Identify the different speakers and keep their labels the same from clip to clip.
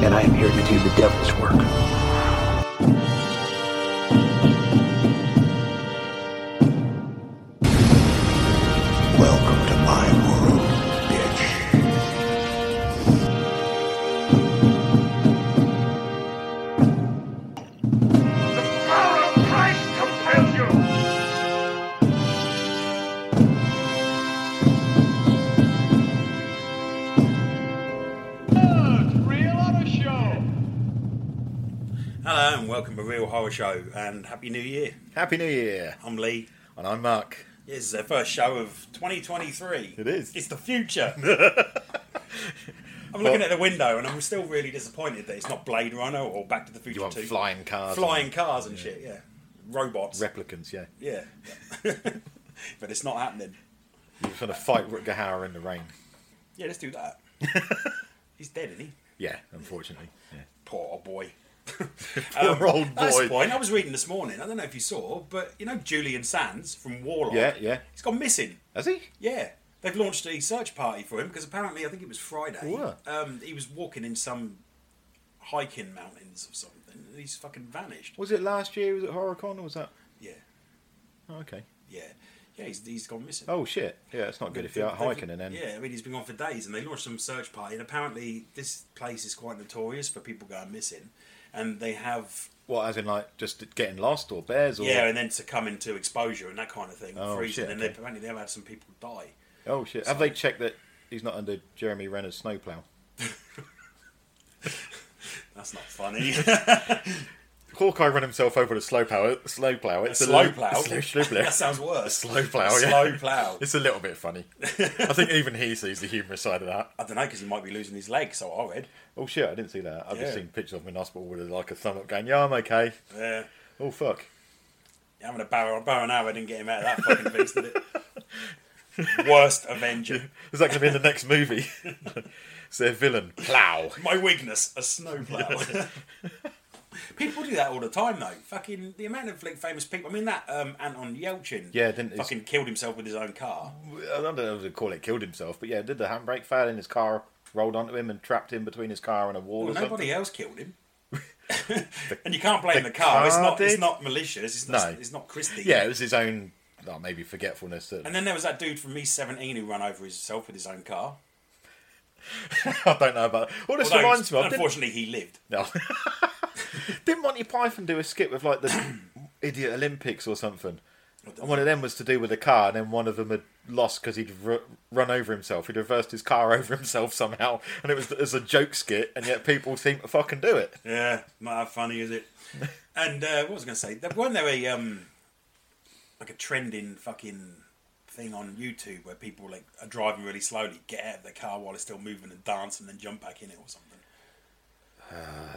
Speaker 1: to do the devil's work. Welcome to my world, bitch.
Speaker 2: The power of Christ compels you! Good! Real honor show!
Speaker 3: Hello and welcome to Real Horror Show and Happy New Year.
Speaker 4: Happy New Year,
Speaker 3: I'm Lee.
Speaker 4: and I'm Mark.
Speaker 3: This is our first show of 2023.
Speaker 4: It is.
Speaker 3: It's the future. I'm looking at the window and I'm still really disappointed that it's not Blade Runner or Back to the Future
Speaker 4: You want
Speaker 3: 2.
Speaker 4: flying cars,
Speaker 3: Flying cars and shit, yeah. Robots.
Speaker 4: and replicants? Yeah,
Speaker 3: yeah. but it's not happening.
Speaker 4: you're going to fight Rutger Hauer in the rain.
Speaker 3: Yeah, let's do that. He's dead, isn't he?
Speaker 4: Yeah, unfortunately. Yeah.
Speaker 3: Poor old boy. Um,
Speaker 4: Poor old
Speaker 3: At this
Speaker 4: boy.
Speaker 3: point, I was reading this morning, I don't know if you saw, but you know Julian Sands from Warlock?
Speaker 4: Yeah, yeah.
Speaker 3: He's gone missing.
Speaker 4: Has he?
Speaker 3: Yeah, they've launched a search party for him because apparently, I think it was Friday.
Speaker 4: Wow.
Speaker 3: Um, he was walking in some hiking mountains or something, and he's fucking vanished.
Speaker 4: Was it last year? Was it HorrorCon? Or was that?
Speaker 3: Yeah,
Speaker 4: Oh, okay.
Speaker 3: yeah, yeah. He's, he's gone missing.
Speaker 4: Oh shit. Yeah, it's not good if you're out
Speaker 3: They've-
Speaker 4: hiking and then.
Speaker 3: yeah, I mean he's been gone for days, and they launched some search party, and apparently this place is quite notorious for people going missing, and they have
Speaker 4: What, as in like just getting lost or bears or?
Speaker 3: yeah, and then succumbing to exposure and that kind of thing,
Speaker 4: Oh,
Speaker 3: freezing,
Speaker 4: shit,
Speaker 3: and
Speaker 4: okay.
Speaker 3: they, apparently they've had some people die.
Speaker 4: Oh shit. Have they checked that he's not under Jeremy Renner's snowplow?
Speaker 3: That's not funny.
Speaker 4: Hawkeye ran himself over the slow power. Slow plow. It's
Speaker 3: a slow
Speaker 4: li-
Speaker 3: plow.
Speaker 4: Slow, slow plow.
Speaker 3: that sounds worse.
Speaker 4: slow plow.
Speaker 3: A
Speaker 4: yeah.
Speaker 3: Slow plow.
Speaker 4: It's a little bit funny. I think even he sees the humorous side of that.
Speaker 3: I don't know because he might be losing his leg. So I read.
Speaker 4: Oh shit, I didn't see that. I've just
Speaker 3: Yeah.
Speaker 4: seen pictures of him in hospital with like a thumb up going, yeah, I'm okay.
Speaker 3: Yeah,
Speaker 4: Oh fuck.
Speaker 3: Uh, having a barrel barrel an hour didn't get him out of that fucking beast, did it? Worst Avenger.
Speaker 4: Is that going to be in the next movie? it's their villain. Plow.
Speaker 3: My weakness, a snowplow. people do that all the time, though. Fucking the amount of like famous people. I mean, that um, Anton Yelchin.
Speaker 4: Yeah, didn't-
Speaker 3: fucking killed himself with his own car.
Speaker 4: I don't know if they call it killed himself, but yeah, did the handbrake fail in his car, rolled onto him and trapped him between his car and a wall
Speaker 3: Well,
Speaker 4: or something?
Speaker 3: nobody else killed him. and you can't blame the, car. It's
Speaker 4: car
Speaker 3: not. It's
Speaker 4: did?
Speaker 3: not malicious. It's not.
Speaker 4: No.
Speaker 3: It's not Christie.
Speaker 4: Yeah, it was his own, oh, maybe forgetfulness. That,
Speaker 3: And then there was that dude from Me Seventeen who ran over himself with his own car.
Speaker 4: I don't know about Well, this
Speaker 3: Although,
Speaker 4: reminds me of. Didn't,
Speaker 3: unfortunately, he lived.
Speaker 4: no. didn't Monty Python do a skit with like the idiot Olympics or something? And one of them was to do with a car, and then one of them had lost because he'd r- run over himself. He'd reversed his car over himself somehow, and it was as a joke skit, and yet people seem to fucking do it.
Speaker 3: Yeah, not how funny is it? and uh, what was I going to say? There- Weren't there a um, like a trending fucking thing on YouTube where people like are driving really slowly, get out of their car while it's still moving and dance, and then jump back in it or something?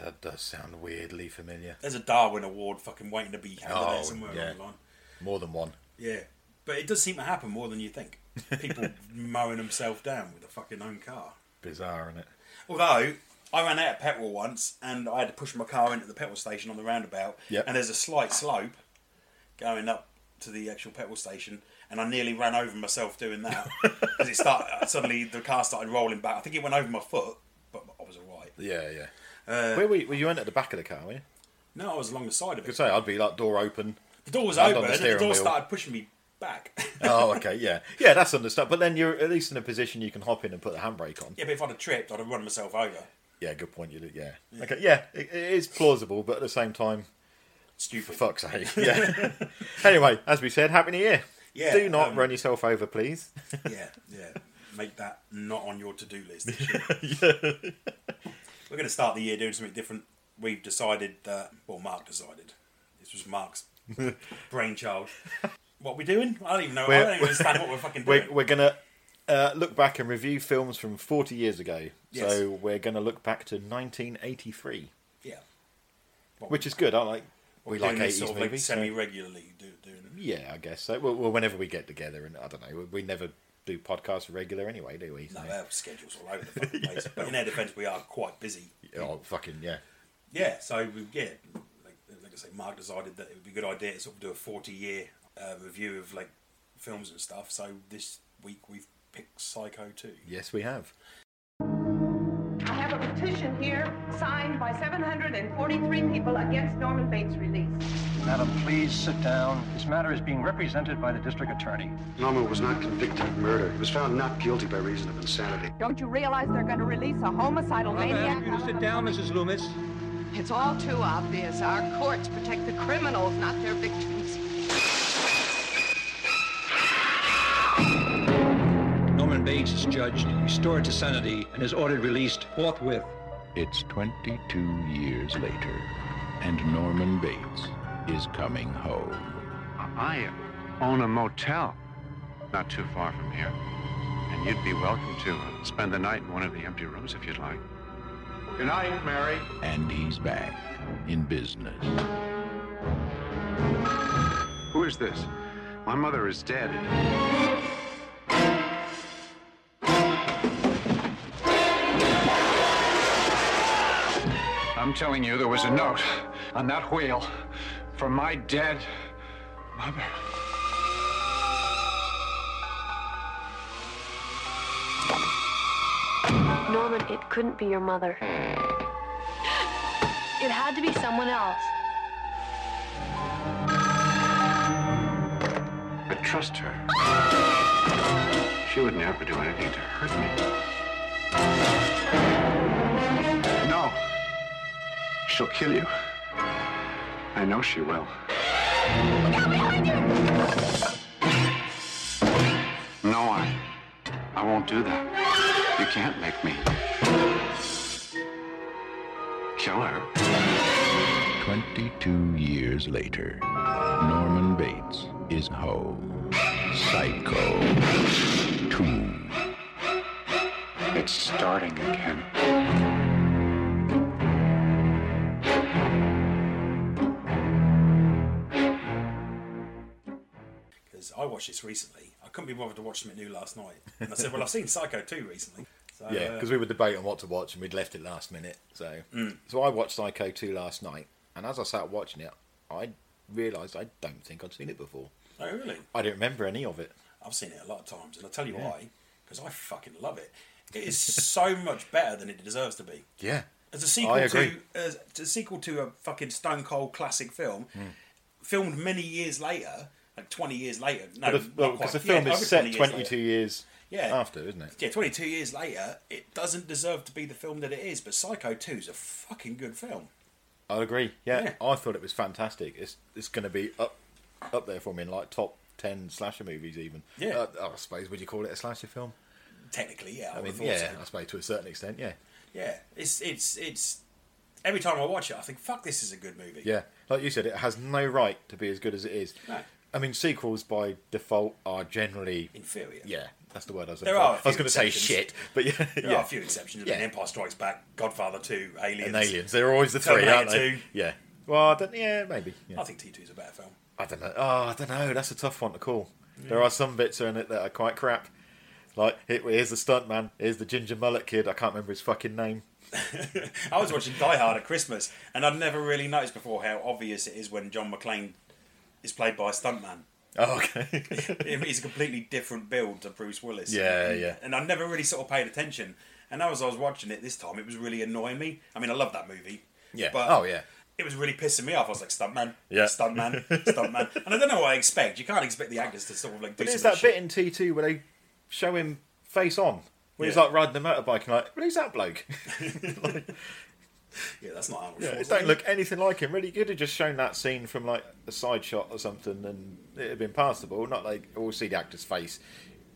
Speaker 4: That does sound weirdly familiar.
Speaker 3: There's a Darwin Award fucking waiting to be handed
Speaker 4: Oh,
Speaker 3: out somewhere
Speaker 4: yeah.
Speaker 3: along the line.
Speaker 4: More than one.
Speaker 3: Yeah, but it does seem to happen more than you think. People mowing themselves down with a fucking own car.
Speaker 4: Bizarre, isn't it?
Speaker 3: Although I ran out of petrol once, and I had to push my car into the petrol station on the roundabout.
Speaker 4: Yep.
Speaker 3: And there's a slight slope going up to the actual petrol station, and I nearly ran over myself doing that because it started suddenly. The car started rolling back. I think it went over my foot, but I was alright.
Speaker 4: Yeah, yeah. Where were you? Were Uh, you in at the back of the car? Were you?
Speaker 3: No, I was along the side of
Speaker 4: Could
Speaker 3: it.
Speaker 4: say I'd be like door open.
Speaker 3: The door was
Speaker 4: Hand on the
Speaker 3: open, and the
Speaker 4: steering
Speaker 3: door
Speaker 4: wheel.
Speaker 3: started pushing me back.
Speaker 4: Oh, okay, yeah, yeah, that's understandable. But then you're at least in a position you can hop in and put the handbrake on.
Speaker 3: yeah, but if I'd have tripped, I'd have run myself over.
Speaker 4: Yeah, good point. You, yeah, okay, yeah, it, it is plausible, but at the same time,
Speaker 3: Stupid.
Speaker 4: Fuck's sake. Yeah. anyway, as we said, happy new year.
Speaker 3: Yeah,
Speaker 4: Do not
Speaker 3: um,
Speaker 4: run yourself over, please.
Speaker 3: yeah, yeah. Make that not on your to do list. this year. We're going to start the year doing something different. We've decided that, well, Mark decided. This was Mark's brainchild. What we doing? I don't even know. I
Speaker 4: We're-
Speaker 3: don't even understand what we're fucking doing.
Speaker 4: We're, we're going to uh, look back and review films from 40 years ago.
Speaker 3: Yes.
Speaker 4: So we're going to look back to 1983,
Speaker 3: yeah.
Speaker 4: which is good. I like. We like
Speaker 3: doing
Speaker 4: 80s
Speaker 3: this sort of like
Speaker 4: movies. so-
Speaker 3: semi regularly do, doing it.
Speaker 4: yeah, I guess so. Well, well, whenever we get together, and I don't know, we never do podcasts regular anyway, do we?
Speaker 3: No,
Speaker 4: So-
Speaker 3: our schedule's all over the fucking place. But in our defence, we are quite busy.
Speaker 4: Oh, fucking, yeah.
Speaker 3: Yeah, so we, yeah, like, like I say, Mark decided that it would be a good idea to sort of do a forty-year uh, review of like films and stuff. So this week we've picked Psycho two.
Speaker 4: Yes, we have.
Speaker 5: I have a petition here, signed by 743 people against Norman Bates' release.
Speaker 6: Madam, please sit down. This matter is being represented by the district attorney.
Speaker 1: Norman was not convicted of murder. He was found not guilty by reason of insanity.
Speaker 5: Don't you realize they're going to release a homicidal maniac?
Speaker 7: you to sit down, Mrs. Loomis.
Speaker 8: It's all too obvious. Our courts protect the criminals, not their victims.
Speaker 7: Norman Bates is judged, restored to sanity, and is ordered released forthwith.
Speaker 9: It's 22 years later, and Norman Bates is coming home.
Speaker 10: I own a motel not too far from here. And you'd be welcome to uh, spend the night in one of the empty rooms if you'd like. Good night, Mary.
Speaker 9: And he's back in business.
Speaker 10: Who is this? My mother is dead. I'm telling you, there was a note on that wheel from my dead mother.
Speaker 11: Norman, it couldn't be your mother. It had to be someone else.
Speaker 10: I trust her. She would never do anything to hurt me. No. She'll kill you. I know she will. No, I. I won't do that. You can't make me. Kill her.
Speaker 9: 22 years later, Norman Bates is home. Psycho 2.
Speaker 10: It's starting again.
Speaker 3: because I watched this recently. I couldn't be bothered to watch something new last night. And I said, well, I've seen Psycho 2 recently. So,
Speaker 4: Yeah,
Speaker 3: uh,
Speaker 4: because we were debating what to watch and we'd left it last minute. So,
Speaker 3: Mm.
Speaker 4: so I watched Psycho 2 last night, and as I sat watching it, I realised I don't think I'd seen it before.
Speaker 3: oh, really?
Speaker 4: I don't remember any of it.
Speaker 3: I've seen it a lot of times, and I'll tell you why. Because I fucking love it. It is so much better than it deserves to be.
Speaker 4: Yeah,
Speaker 3: As a sequel
Speaker 4: I
Speaker 3: to
Speaker 4: agree.
Speaker 3: as a sequel to a fucking stone cold classic film,
Speaker 4: Hmm.
Speaker 3: filmed many years later, like twenty years later. No,
Speaker 4: because
Speaker 3: not
Speaker 4: well,
Speaker 3: Oh, quite.
Speaker 4: 'cause the
Speaker 3: Yeah,
Speaker 4: film
Speaker 3: over
Speaker 4: is set
Speaker 3: 20 years later.
Speaker 4: 22 years,
Speaker 3: Yeah.
Speaker 4: after, isn't it?
Speaker 3: Yeah, 22 years later, it doesn't deserve to be the film that it is, but Psycho 2 is a fucking good film.
Speaker 4: I'd agree. Yeah,
Speaker 3: Yeah.
Speaker 4: I thought it was fantastic. It's it's going to be up up there for me in like top ten slasher movies, even.
Speaker 3: Yeah.
Speaker 4: uh, I suppose would you call it a slasher film?
Speaker 3: Technically, yeah.
Speaker 4: I mean,
Speaker 3: thought
Speaker 4: yeah,
Speaker 3: so.
Speaker 4: I suppose to a certain extent, yeah,
Speaker 3: Yeah, it's it's it's. Every time I watch it, I think, "Fuck, this is a good movie."
Speaker 4: yeah. Like you said, it has no right to be as good as it is.
Speaker 3: No.
Speaker 4: I mean, sequels by default are generally
Speaker 3: inferior.
Speaker 4: yeah. That's the word I was.
Speaker 3: There
Speaker 4: looking for.
Speaker 3: are a
Speaker 4: I was
Speaker 3: few
Speaker 4: going to say
Speaker 3: exceptions.
Speaker 4: shit, but yeah,
Speaker 3: There
Speaker 4: yeah.
Speaker 3: are a few exceptions.
Speaker 4: Yeah.
Speaker 3: Yeah. Empire Strikes Back, Godfather Two, Aliens.
Speaker 4: and aliens. They're always the three, aren't they?
Speaker 3: Terminator two.
Speaker 4: Yeah. Well, I don't, yeah, maybe. Yeah.
Speaker 3: I think T Two is a better film.
Speaker 4: I don't know. Oh, I don't know. That's a tough one to call. There are some bits in it that are quite crap. Like here- here's the stunt man. Here's the ginger mullet kid. I can't remember his fucking name.
Speaker 3: I was watching Die Hard at Christmas, and I'd never really noticed before how obvious it is when John McClane is played by a stuntman.
Speaker 4: Oh, okay.
Speaker 3: He's a completely different build to Bruce Willis.
Speaker 4: yeah, yeah.
Speaker 3: and I never really sort of paid attention. And as I was watching it this time, it was really annoying me. I mean, I love that movie.
Speaker 4: Yeah.
Speaker 3: But
Speaker 4: oh, yeah.
Speaker 3: It was really pissing me off. I was like, stuntman,
Speaker 4: Yeah.
Speaker 3: stuntman, stuntman. And I don't know what I expect. You can't expect the actors to sort of like do
Speaker 4: But there's
Speaker 3: some
Speaker 4: that
Speaker 3: shit.
Speaker 4: bit in T two where they show him face on. Where he's
Speaker 3: Yeah.
Speaker 4: like riding the motorbike and like, who's that bloke?
Speaker 3: Yeah, that's not Arnold
Speaker 4: Yeah, it
Speaker 3: Schwarzenegger.
Speaker 4: don't look anything like him. Really, you could have just shown that scene from like a side shot or something, and it'd have been passable. Not like all see the actor's face,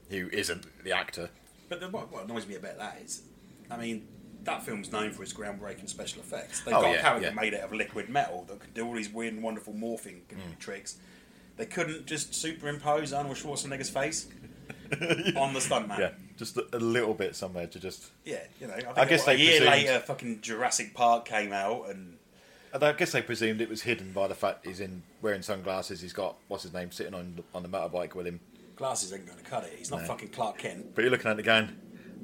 Speaker 4: who isn't the actor.
Speaker 3: But the, what, what annoys me about that is, I mean, that film's known for its groundbreaking special effects. They've
Speaker 4: Oh,
Speaker 3: got
Speaker 4: yeah,
Speaker 3: a character
Speaker 4: yeah.
Speaker 3: made out of liquid metal that could do all these weird and wonderful morphing
Speaker 4: Mm.
Speaker 3: tricks. They couldn't just superimpose Arnold Schwarzenegger's face on the stuntman.
Speaker 4: Yeah, just a, a little bit somewhere to just
Speaker 3: Yeah, you know. I, think
Speaker 4: I guess
Speaker 3: what, a
Speaker 4: they
Speaker 3: year
Speaker 4: presumed-
Speaker 3: later, fucking Jurassic Park came out, and
Speaker 4: And I guess they presumed it was hidden by the fact he's in wearing sunglasses. He's got what's his name sitting on on the motorbike with him.
Speaker 3: glasses ain't going to cut it. He's not fucking Clark Kent.
Speaker 4: But you're looking at it again.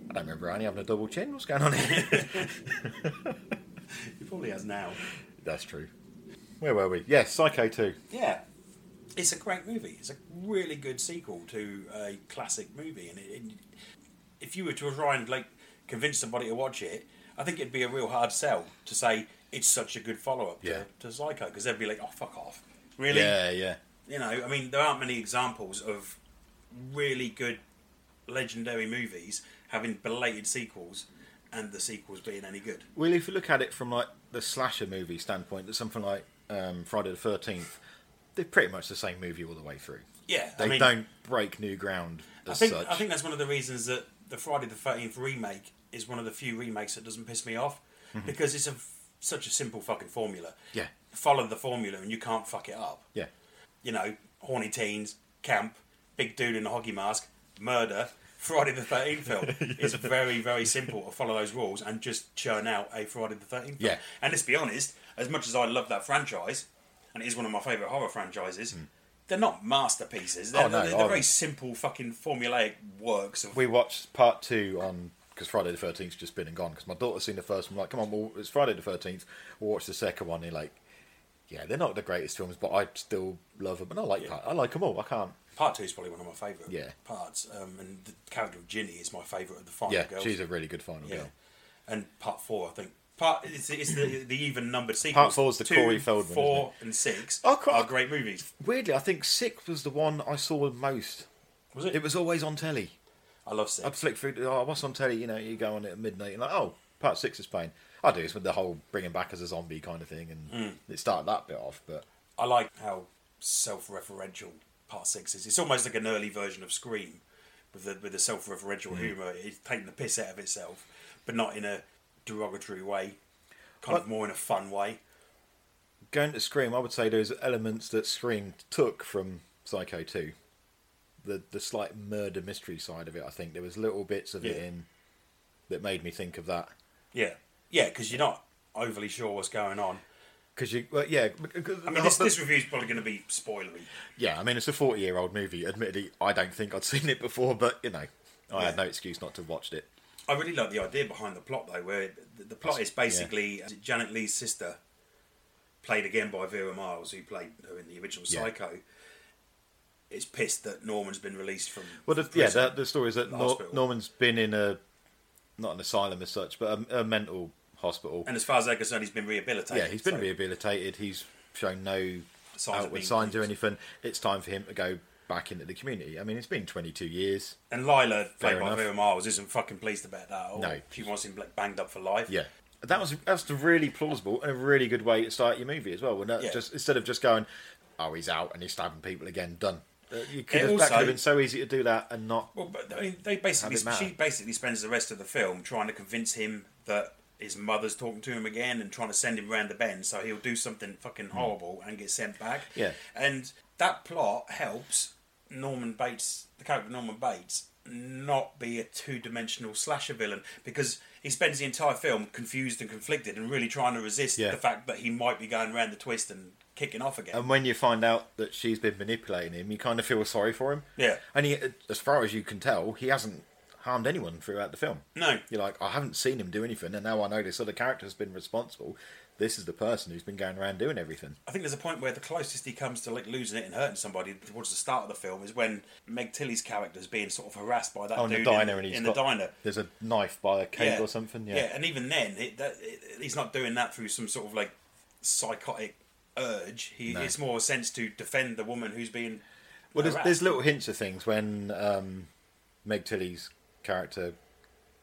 Speaker 4: I don't remember Annie having a double chin. What's going on here?
Speaker 3: He probably has now.
Speaker 4: That's true. Where were we? Yes, Psycho two.
Speaker 3: Yeah, it's a great movie. It's a really good sequel to a classic movie, and it, it, if you were to try and like convince somebody to watch it, I think it'd be a real hard sell to say it's such a good follow up
Speaker 4: Yeah.
Speaker 3: to, to Psycho because they'd be like, oh, fuck off. Really?
Speaker 4: Yeah, yeah.
Speaker 3: You know, I mean, there aren't many examples of really good legendary movies having belated sequels and the sequels being any good.
Speaker 4: Well, if you look at it from like the slasher movie standpoint, that's something like um, Friday the Thirteenth. They're pretty much the same movie all the way through.
Speaker 3: Yeah, I
Speaker 4: they
Speaker 3: mean-
Speaker 4: don't break new ground as
Speaker 3: I think
Speaker 4: such.
Speaker 3: I think that's one of the reasons that the Friday the Thirteenth remake is one of the few remakes that doesn't piss me off
Speaker 4: Mhm.
Speaker 3: because it's a f such a simple fucking formula.
Speaker 4: Yeah.
Speaker 3: follow the formula and you can't fuck it up.
Speaker 4: Yeah.
Speaker 3: you know, horny teens, camp, big dude in a hockey mask, murder. Friday the Thirteenth film. It's very very simple to follow those rules and just churn out a Friday the Thirteenth.
Speaker 4: Yeah.
Speaker 3: and let's be honest, as much as I love that franchise, and it is one of my favourite horror franchises. They're not masterpieces. They're,
Speaker 4: Hmm. Oh, no,
Speaker 3: they're, they're very
Speaker 4: I'm-
Speaker 3: simple, fucking formulaic works of
Speaker 4: we watched part two on because Friday the Thirteenth's just been and gone. Because my daughter's seen the first one, like, come on, well, it's Friday the Thirteenth. We'll watch the second one. And you're like, yeah, they're not the greatest films, but I still love them, and I like
Speaker 3: Yeah.
Speaker 4: part, I like them all. I can't.
Speaker 3: Part two is probably one of my favourite
Speaker 4: Yeah.
Speaker 3: parts, um, and the character of Ginny is my favourite of the final
Speaker 4: yeah,
Speaker 3: girls.
Speaker 4: she's a really good final
Speaker 3: Yeah.
Speaker 4: girl.
Speaker 3: And part four, I think. Part it's, it's the, the even numbered sequence.
Speaker 4: Part four's the
Speaker 3: two,
Speaker 4: Corey Feldman,
Speaker 3: Four and six
Speaker 4: Oh, cri-
Speaker 3: are great movies.
Speaker 4: Weirdly, I think six was the one I saw most.
Speaker 3: Was it?
Speaker 4: It was always on telly.
Speaker 3: I love six.
Speaker 4: I'd flick through. Oh, what's on telly? You know, you go on it at midnight. and like, oh, part six is playing. I do. It's with the whole bringing back as a zombie kind of thing, and
Speaker 3: Mm.
Speaker 4: it started that bit off. But
Speaker 3: I like how self-referential part six is. It's almost like an early version of Scream, with the with the self-referential
Speaker 4: Mm.
Speaker 3: humour. It's taking the piss out of itself, but not in a derogatory way. Kind of
Speaker 4: But-
Speaker 3: more in a fun way.
Speaker 4: going to Scream, I would say there's elements that Scream took from Psycho 2. The the slight murder mystery side of it, I think there was little bits of it
Speaker 3: Yeah.
Speaker 4: in that made me think of that.
Speaker 3: Yeah, yeah, because you're not overly sure what's going on.
Speaker 4: Because you, well, yeah, because,
Speaker 3: I mean, this, this review is probably going to be spoilery.
Speaker 4: yeah, I mean it's a forty year old movie. Admittedly, I don't think I'd seen it before, but you know, I had
Speaker 3: Yeah.
Speaker 4: no excuse not to have watched it.
Speaker 3: I really like the idea behind the plot, though, where the, the plot
Speaker 4: That's-
Speaker 3: is basically uh, Janet Lee's sister, played again by Vera Miles, who played her in the original
Speaker 4: Yeah.
Speaker 3: Psycho, is pissed that Norman's been released from.
Speaker 4: Well, the,
Speaker 3: from
Speaker 4: yeah,
Speaker 3: prison,
Speaker 4: the, the story is that
Speaker 3: the
Speaker 4: Nor-
Speaker 3: hospital.
Speaker 4: Norman's been in a not an asylum as such, but a, a mental hospital.
Speaker 3: And as far as they're concerned, he's been rehabilitated.
Speaker 4: Yeah, he's been
Speaker 3: so-
Speaker 4: rehabilitated. He's shown no
Speaker 3: Signs of
Speaker 4: outward
Speaker 3: being
Speaker 4: signs or anything. It's time for him to go back into the community. I mean, it's been 22 years.
Speaker 3: And Lila, played
Speaker 4: Fair
Speaker 3: by
Speaker 4: enough.
Speaker 3: Vera Miles, isn't fucking pleased about that. At all.
Speaker 4: No.
Speaker 3: she wants him like, banged up for life.
Speaker 4: Yeah. That was that's a really plausible and a really good way to start your movie as well. When that
Speaker 3: Yeah.
Speaker 4: just instead of just going, oh, he's out and he's stabbing people again, done. Uh, You could have, that
Speaker 3: It
Speaker 4: could
Speaker 3: also-
Speaker 4: have been so easy to do that and not.
Speaker 3: Well, but I mean, they basically
Speaker 4: Have it matter.
Speaker 3: she basically spends the rest of the film trying to convince him that his mother's talking to him again and trying to send him round the bend so he'll do something fucking horrible and get sent back.
Speaker 4: Hmm. Yeah.
Speaker 3: and that plot helps Norman Bates, the character Norman Bates, not be a two-dimensional slasher villain because he spends the entire film confused and conflicted and really trying to resist
Speaker 4: Yeah.
Speaker 3: the fact that he might be going round the twist and kicking off again.
Speaker 4: And when you find out that she's been manipulating him, you kind of feel sorry for him.
Speaker 3: yeah,
Speaker 4: And he, as far as you can tell, he hasn't harmed anyone throughout the film.
Speaker 3: no,
Speaker 4: You're like, I haven't seen him do anything, and now I know this other character's been responsible. This is the person who's been going around doing everything.
Speaker 3: I think there's a point where the closest he comes to like losing it and hurting somebody towards the start of the film is when Meg Tilly's character is being sort of harassed by that
Speaker 4: oh, in
Speaker 3: dude
Speaker 4: the diner,
Speaker 3: in,
Speaker 4: and he's
Speaker 3: in
Speaker 4: got,
Speaker 3: the diner.
Speaker 4: There's a knife by a cake or something. Yeah.
Speaker 3: and even then, it, that, it, he's not doing that through some sort of like psychotic urge. He,
Speaker 4: No.
Speaker 3: It's more a sense to defend the woman who's being.
Speaker 4: Well, there's,
Speaker 3: harassed.
Speaker 4: there's little hints of things when um, Meg Tilly's character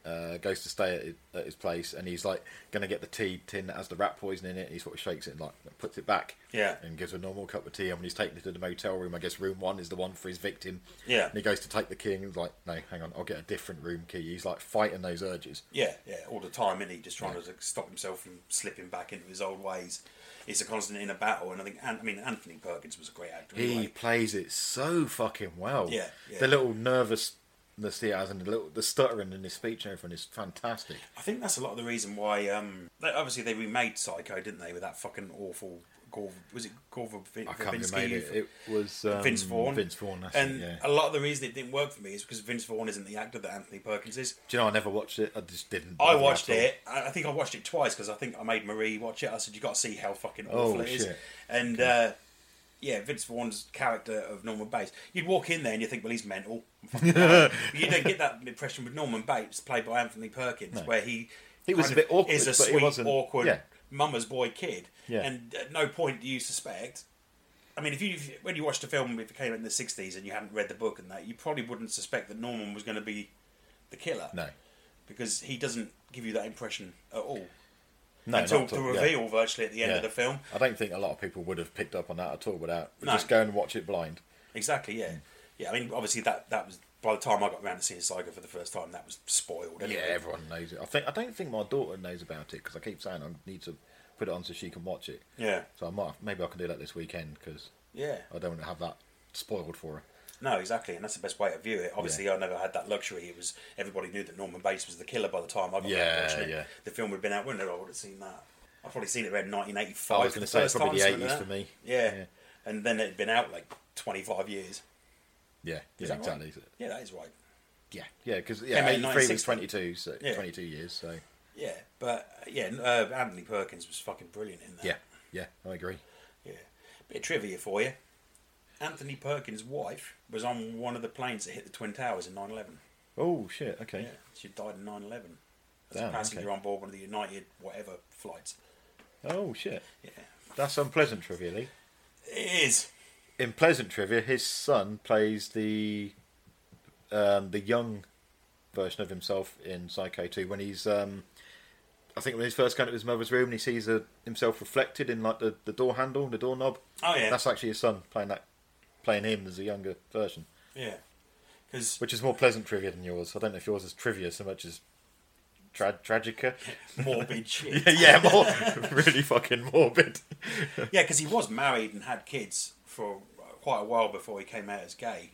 Speaker 4: uh, goes to stay at his, at his place, and he's like going to get the tea tin that has the rat poison in it. And he sort of shakes it and like puts it back.
Speaker 3: Yeah.
Speaker 4: And gives her a normal cup of tea. And when he's taking her to the motel room, I guess room one is the one for his victim.
Speaker 3: Yeah.
Speaker 4: And he goes to take the key, and he's like, "No, hang on, I'll get a different room key." He's like fighting those urges.
Speaker 3: Yeah, yeah, all the time, and he just trying to stop himself from slipping back into his old ways. It's a constant inner battle, and I think, An- I mean, Anthony Perkins was a great actor.
Speaker 4: He
Speaker 3: anyway.
Speaker 4: plays it so fucking well.
Speaker 3: Yeah, yeah.
Speaker 4: The little nervousness he has and the little the stuttering in his speech and everything is fantastic.
Speaker 3: I think that's a lot of the reason why. Um, they, obviously, they remade Psycho, didn't they, with that fucking awful. Gore, was it Gore Verbin-
Speaker 4: I can't
Speaker 3: Verbinski?
Speaker 4: remember it. It was um,
Speaker 3: Vince Vaughn.
Speaker 4: Vince Vaughn. That's
Speaker 3: and
Speaker 4: it, yeah.
Speaker 3: a lot of the reason it didn't work for me is because Vince Vaughn isn't the actor that Anthony Perkins is.
Speaker 4: Do you know I never watched it? I just didn't.
Speaker 3: I
Speaker 4: bother at
Speaker 3: watched
Speaker 4: all.
Speaker 3: it. I I think I watched it twice because I think I made Marie watch it. I said, "You got to see how fucking awful
Speaker 4: Oh,
Speaker 3: it is."
Speaker 4: shit.
Speaker 3: And uh, yeah, Vince Vaughn's character of Norman Bates. You'd walk in there and you think, "Well, he's mental." Fucking hell. you don't get that impression with Norman Bates, played by Anthony Perkins,
Speaker 4: No.
Speaker 3: where he
Speaker 4: He was
Speaker 3: kind
Speaker 4: a bit
Speaker 3: of
Speaker 4: awkward,
Speaker 3: Is a
Speaker 4: but he
Speaker 3: sweet,
Speaker 4: wasn't-
Speaker 3: awkward
Speaker 4: yeah.
Speaker 3: mama's boy kid.
Speaker 4: Yeah.
Speaker 3: And at no point do you suspect. I mean, if you if- when you watched the film, if it came out in the '60s and you hadn't read the book and that, you probably wouldn't suspect that Norman was going to be the killer.
Speaker 4: No.
Speaker 3: because he doesn't give you that impression at all.
Speaker 4: No,
Speaker 3: until
Speaker 4: not at
Speaker 3: the
Speaker 4: all, yeah.
Speaker 3: reveal virtually at the end
Speaker 4: Yeah.
Speaker 3: of the film.
Speaker 4: I don't think a lot of people would have picked up on that at all without
Speaker 3: No.
Speaker 4: just go and watch it blind.
Speaker 3: Exactly,
Speaker 4: Mm.
Speaker 3: yeah. Yeah, I mean, obviously that that was by the time I got around to seeing Psycho for the first time, that was spoiled. Anyway.
Speaker 4: Yeah, everyone knows it. I think I don't think my daughter knows about it because I keep saying I need to put it on so she can watch it.
Speaker 3: Yeah.
Speaker 4: So I might maybe I can do that this weekend because
Speaker 3: Yeah.
Speaker 4: I don't want to have that spoiled for her.
Speaker 3: No, exactly, and that's the best way to view it. Obviously, I never had that luxury. It was everybody knew that Norman Bates was the killer by the time I got around
Speaker 4: Yeah,
Speaker 3: to watching it.
Speaker 4: yeah.
Speaker 3: The film had been out when I would have seen that. I probably seen it around nineteen eighty
Speaker 4: I
Speaker 3: five.
Speaker 4: was gonna say, it's probably the 80s for me.
Speaker 3: Yeah.
Speaker 4: Yeah.
Speaker 3: and then it had been out like twenty five years.
Speaker 4: Yeah, yeah,
Speaker 3: Is that
Speaker 4: exactly.
Speaker 3: Right? Yeah, that is right.
Speaker 4: Yeah, yeah, because
Speaker 3: Came
Speaker 4: yeah,
Speaker 3: out in
Speaker 4: eighty three was
Speaker 3: 1960.
Speaker 4: twenty two, so
Speaker 3: Yeah.
Speaker 4: twenty two years. So
Speaker 3: Yeah, but uh, yeah, n- uh, Anthony Perkins was fucking brilliant in that.
Speaker 4: yeah, yeah, I agree.
Speaker 3: Yeah. Bit of trivia for you. Anthony Perkins' wife was on one of the planes that hit the Twin Towers in 9 11.
Speaker 4: Oh shit, okay,
Speaker 3: Yeah. She died in 9 11 as
Speaker 4: Damn,
Speaker 3: a passenger
Speaker 4: okay.
Speaker 3: on board one of the United whatever flights.
Speaker 4: oh shit,
Speaker 3: Yeah.
Speaker 4: that's unpleasant trivia. Lee.
Speaker 3: It is.
Speaker 4: In pleasant trivia, his son plays the um, the young version of himself in Psycho two when he's. Um, I think when he's first going to his mother's room and he sees uh, himself reflected in like the, the door handle, the doorknob.
Speaker 3: Oh, yeah.
Speaker 4: that's actually his son playing that, playing him as a younger version.
Speaker 3: Yeah. Because
Speaker 4: which is more pleasant trivia than yours. I don't know if yours is trivia so much as tra- tragica.
Speaker 3: morbid shit.
Speaker 4: yeah, yeah, more really fucking morbid.
Speaker 3: Yeah, because he was married and had kids for quite a while before he came out as gay.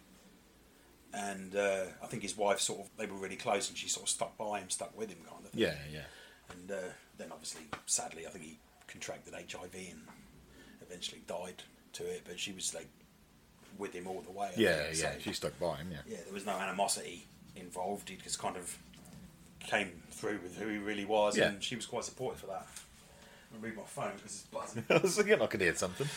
Speaker 3: And uh, I think his wife sort of, they were really close and she sort of stuck by him, stuck with him kind of. thing.
Speaker 4: yeah, yeah,
Speaker 3: And uh, then obviously, sadly, I think he contracted HIV and eventually died to it. But she was like with him all the way. I
Speaker 4: yeah,
Speaker 3: think,
Speaker 4: yeah.
Speaker 3: so-
Speaker 4: She stuck by him. Yeah,
Speaker 3: yeah, there was no animosity involved. He just kind of came through with who he really was,
Speaker 4: Yeah.
Speaker 3: and she was quite supportive for that. I'm gonna read my phone because it's buzzing.
Speaker 4: I was thinking I could hear something.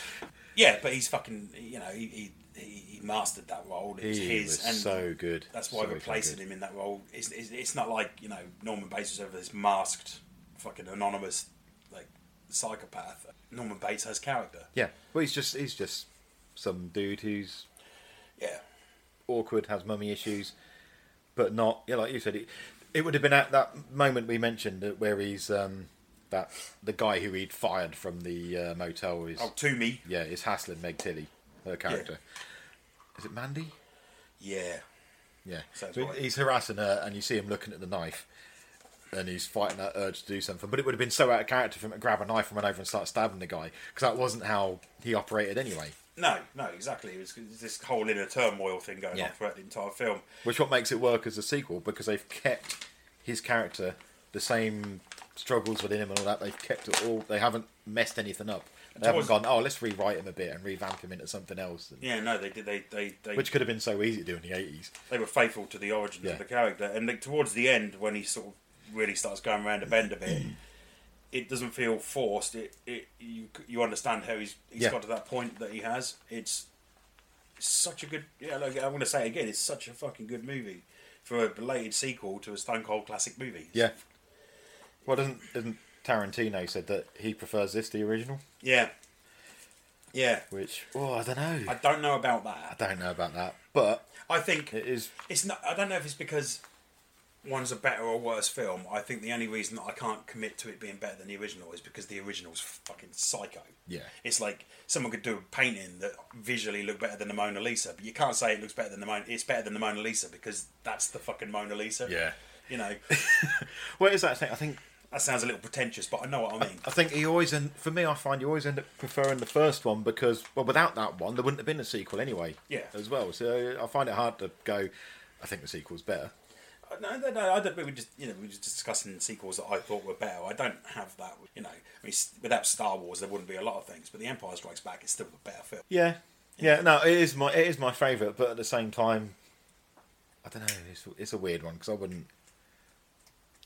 Speaker 3: yeah, but he's fucking. You know, he he, he mastered that role. It was
Speaker 4: He
Speaker 3: his,
Speaker 4: was
Speaker 3: and
Speaker 4: so good.
Speaker 3: That's why
Speaker 4: So
Speaker 3: replacing
Speaker 4: good.
Speaker 3: him in that role, it's, it's, it's not like you know Norman Bates was ever this masked, fucking anonymous, like psychopath. Norman Bates has character.
Speaker 4: Yeah, well, he's just he's just some dude who's
Speaker 3: Yeah,
Speaker 4: awkward, has mummy issues, but not yeah, like you said. It, it would have been at that moment we mentioned that where he's um, that the guy who he'd fired from the uh, motel is
Speaker 3: oh to me,
Speaker 4: yeah, is hassling Meg Tilly, her character. Is it Mandy?
Speaker 3: yeah,
Speaker 4: Yeah.
Speaker 3: Sounds
Speaker 4: So
Speaker 3: right.
Speaker 4: he's harassing her, and you see him looking at the knife, and he's fighting that urge to do something. But it would have been so out of character for him to grab a knife and run over and start stabbing the guy, because that wasn't how he operated anyway.
Speaker 3: no, no, exactly. It was this whole inner turmoil thing going
Speaker 4: Yeah.
Speaker 3: on throughout the entire film.
Speaker 4: Which what makes it work as a sequel, because they've kept his character the same struggles within him and all that. They've kept it all. They haven't messed anything up. They haven't
Speaker 3: Towards-
Speaker 4: gone. Oh, let's rewrite him a bit and revamp him into something else. and-
Speaker 3: Yeah, no, they did. They they they,
Speaker 4: Which could have been so easy to do in the eighties.
Speaker 3: they were faithful to the origins
Speaker 4: Yeah.
Speaker 3: of the character, and like, towards the end, when he sort of really starts going round a bend a bit. It doesn't feel forced. It, it you you understand how he's he's
Speaker 4: Yeah.
Speaker 3: got to that point that he has. It's such a good yeah like i want to say it again it's such a fucking good movie for a belated sequel to a stone cold classic movie
Speaker 4: Yeah. Well, doesn't, doesn't Tarantino said that he prefers this to the original?
Speaker 3: yeah yeah
Speaker 4: Which, oh, I don't know.
Speaker 3: i don't know about
Speaker 4: I
Speaker 3: that
Speaker 4: don't know about that, but
Speaker 3: i think
Speaker 4: it is.
Speaker 3: it's not i don't know if it's because one's a better or worse film i think the only reason that i can't commit to it being better than the original is because the original's fucking psycho
Speaker 4: Yeah.
Speaker 3: it's like someone could do a painting that visually looked better than the mona lisa but you can't say it looks better than the mona it's better than the mona lisa because that's the fucking mona lisa
Speaker 4: Yeah.
Speaker 3: you know
Speaker 4: What is that thing? I think
Speaker 3: That sounds a little pretentious, but I know what I mean.
Speaker 4: I think he always and for me, I find you always end up preferring the first one because well, without that one, there wouldn't have been a sequel anyway.
Speaker 3: Yeah.
Speaker 4: As well, so I find it hard to go. I think the sequel's better.
Speaker 3: No, no, no. I don't, we were just, you know, we were just discussing sequels that I thought were better. I don't have that, you know. I mean, s- without Star Wars, there wouldn't be a lot of things. But The Empire Strikes Back is still a better film.
Speaker 4: Yeah. Yeah. No, it is my it is my favourite, but at the same time, I don't know. It's it's a weird one because I wouldn't.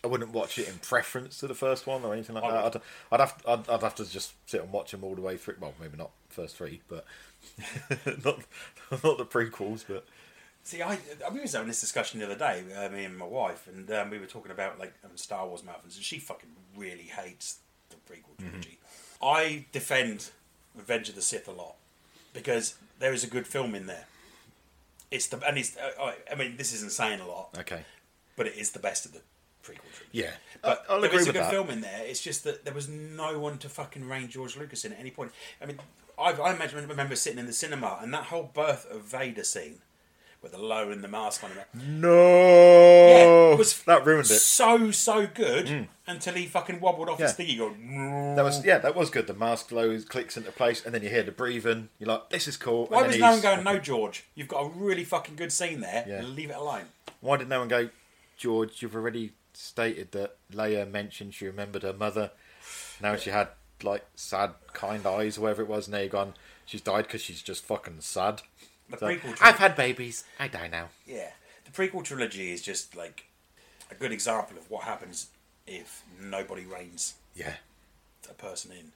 Speaker 4: I wouldn't watch it in preference to the first one or anything like
Speaker 3: I
Speaker 4: that.
Speaker 3: would.
Speaker 4: I'd, I'd have to, I'd, I'd have to just sit and watch them all the way through. Well, maybe not first three, but not not the prequels. But
Speaker 3: See, I, I we was having this discussion the other day, uh, me and my wife, and um, we were talking about like um, Star Wars marathons, and she fucking really hates the prequel trilogy. I defend Revenge of the Sith a lot because there is a good film in there. It's the and it's uh, I- I mean this isn't saying a lot,
Speaker 4: Okay.
Speaker 3: but it is the best of the prequel trilogy.
Speaker 4: Yeah.
Speaker 3: But
Speaker 4: I- I'll
Speaker 3: there
Speaker 4: agree
Speaker 3: is a
Speaker 4: with
Speaker 3: good
Speaker 4: that.
Speaker 3: film in there. It's just that there was no one to fucking rein George Lucas in at any point. I mean, I, I imagine, remember sitting in the cinema and that whole birth of Vader scene with the low and the mask on him.
Speaker 4: No.
Speaker 3: Yeah, it was
Speaker 4: Oh, that ruined it. Mm.
Speaker 3: so so good until he fucking wobbled off his
Speaker 4: Yeah.
Speaker 3: thing. You go.
Speaker 4: That was yeah, that was good. The mask glows, clicks into place, and then you hear the breathing. You're like, this is cool.
Speaker 3: Why
Speaker 4: and
Speaker 3: was
Speaker 4: then
Speaker 3: no one
Speaker 4: he's-
Speaker 3: going? No, George, you've got a really fucking good scene there.
Speaker 4: Yeah.
Speaker 3: Leave it alone.
Speaker 4: Why did no one go? George, you've already stated that Leia mentioned she remembered her mother. Now she had like sad, kind eyes, or whatever it was. Now you've gone. She's died because she's just fucking sad.
Speaker 3: The
Speaker 4: So,
Speaker 3: prequel
Speaker 4: I've had babies. I die now.
Speaker 3: Yeah, the prequel trilogy is just like a good example of what happens if nobody reigns
Speaker 4: Yeah.
Speaker 3: a person in.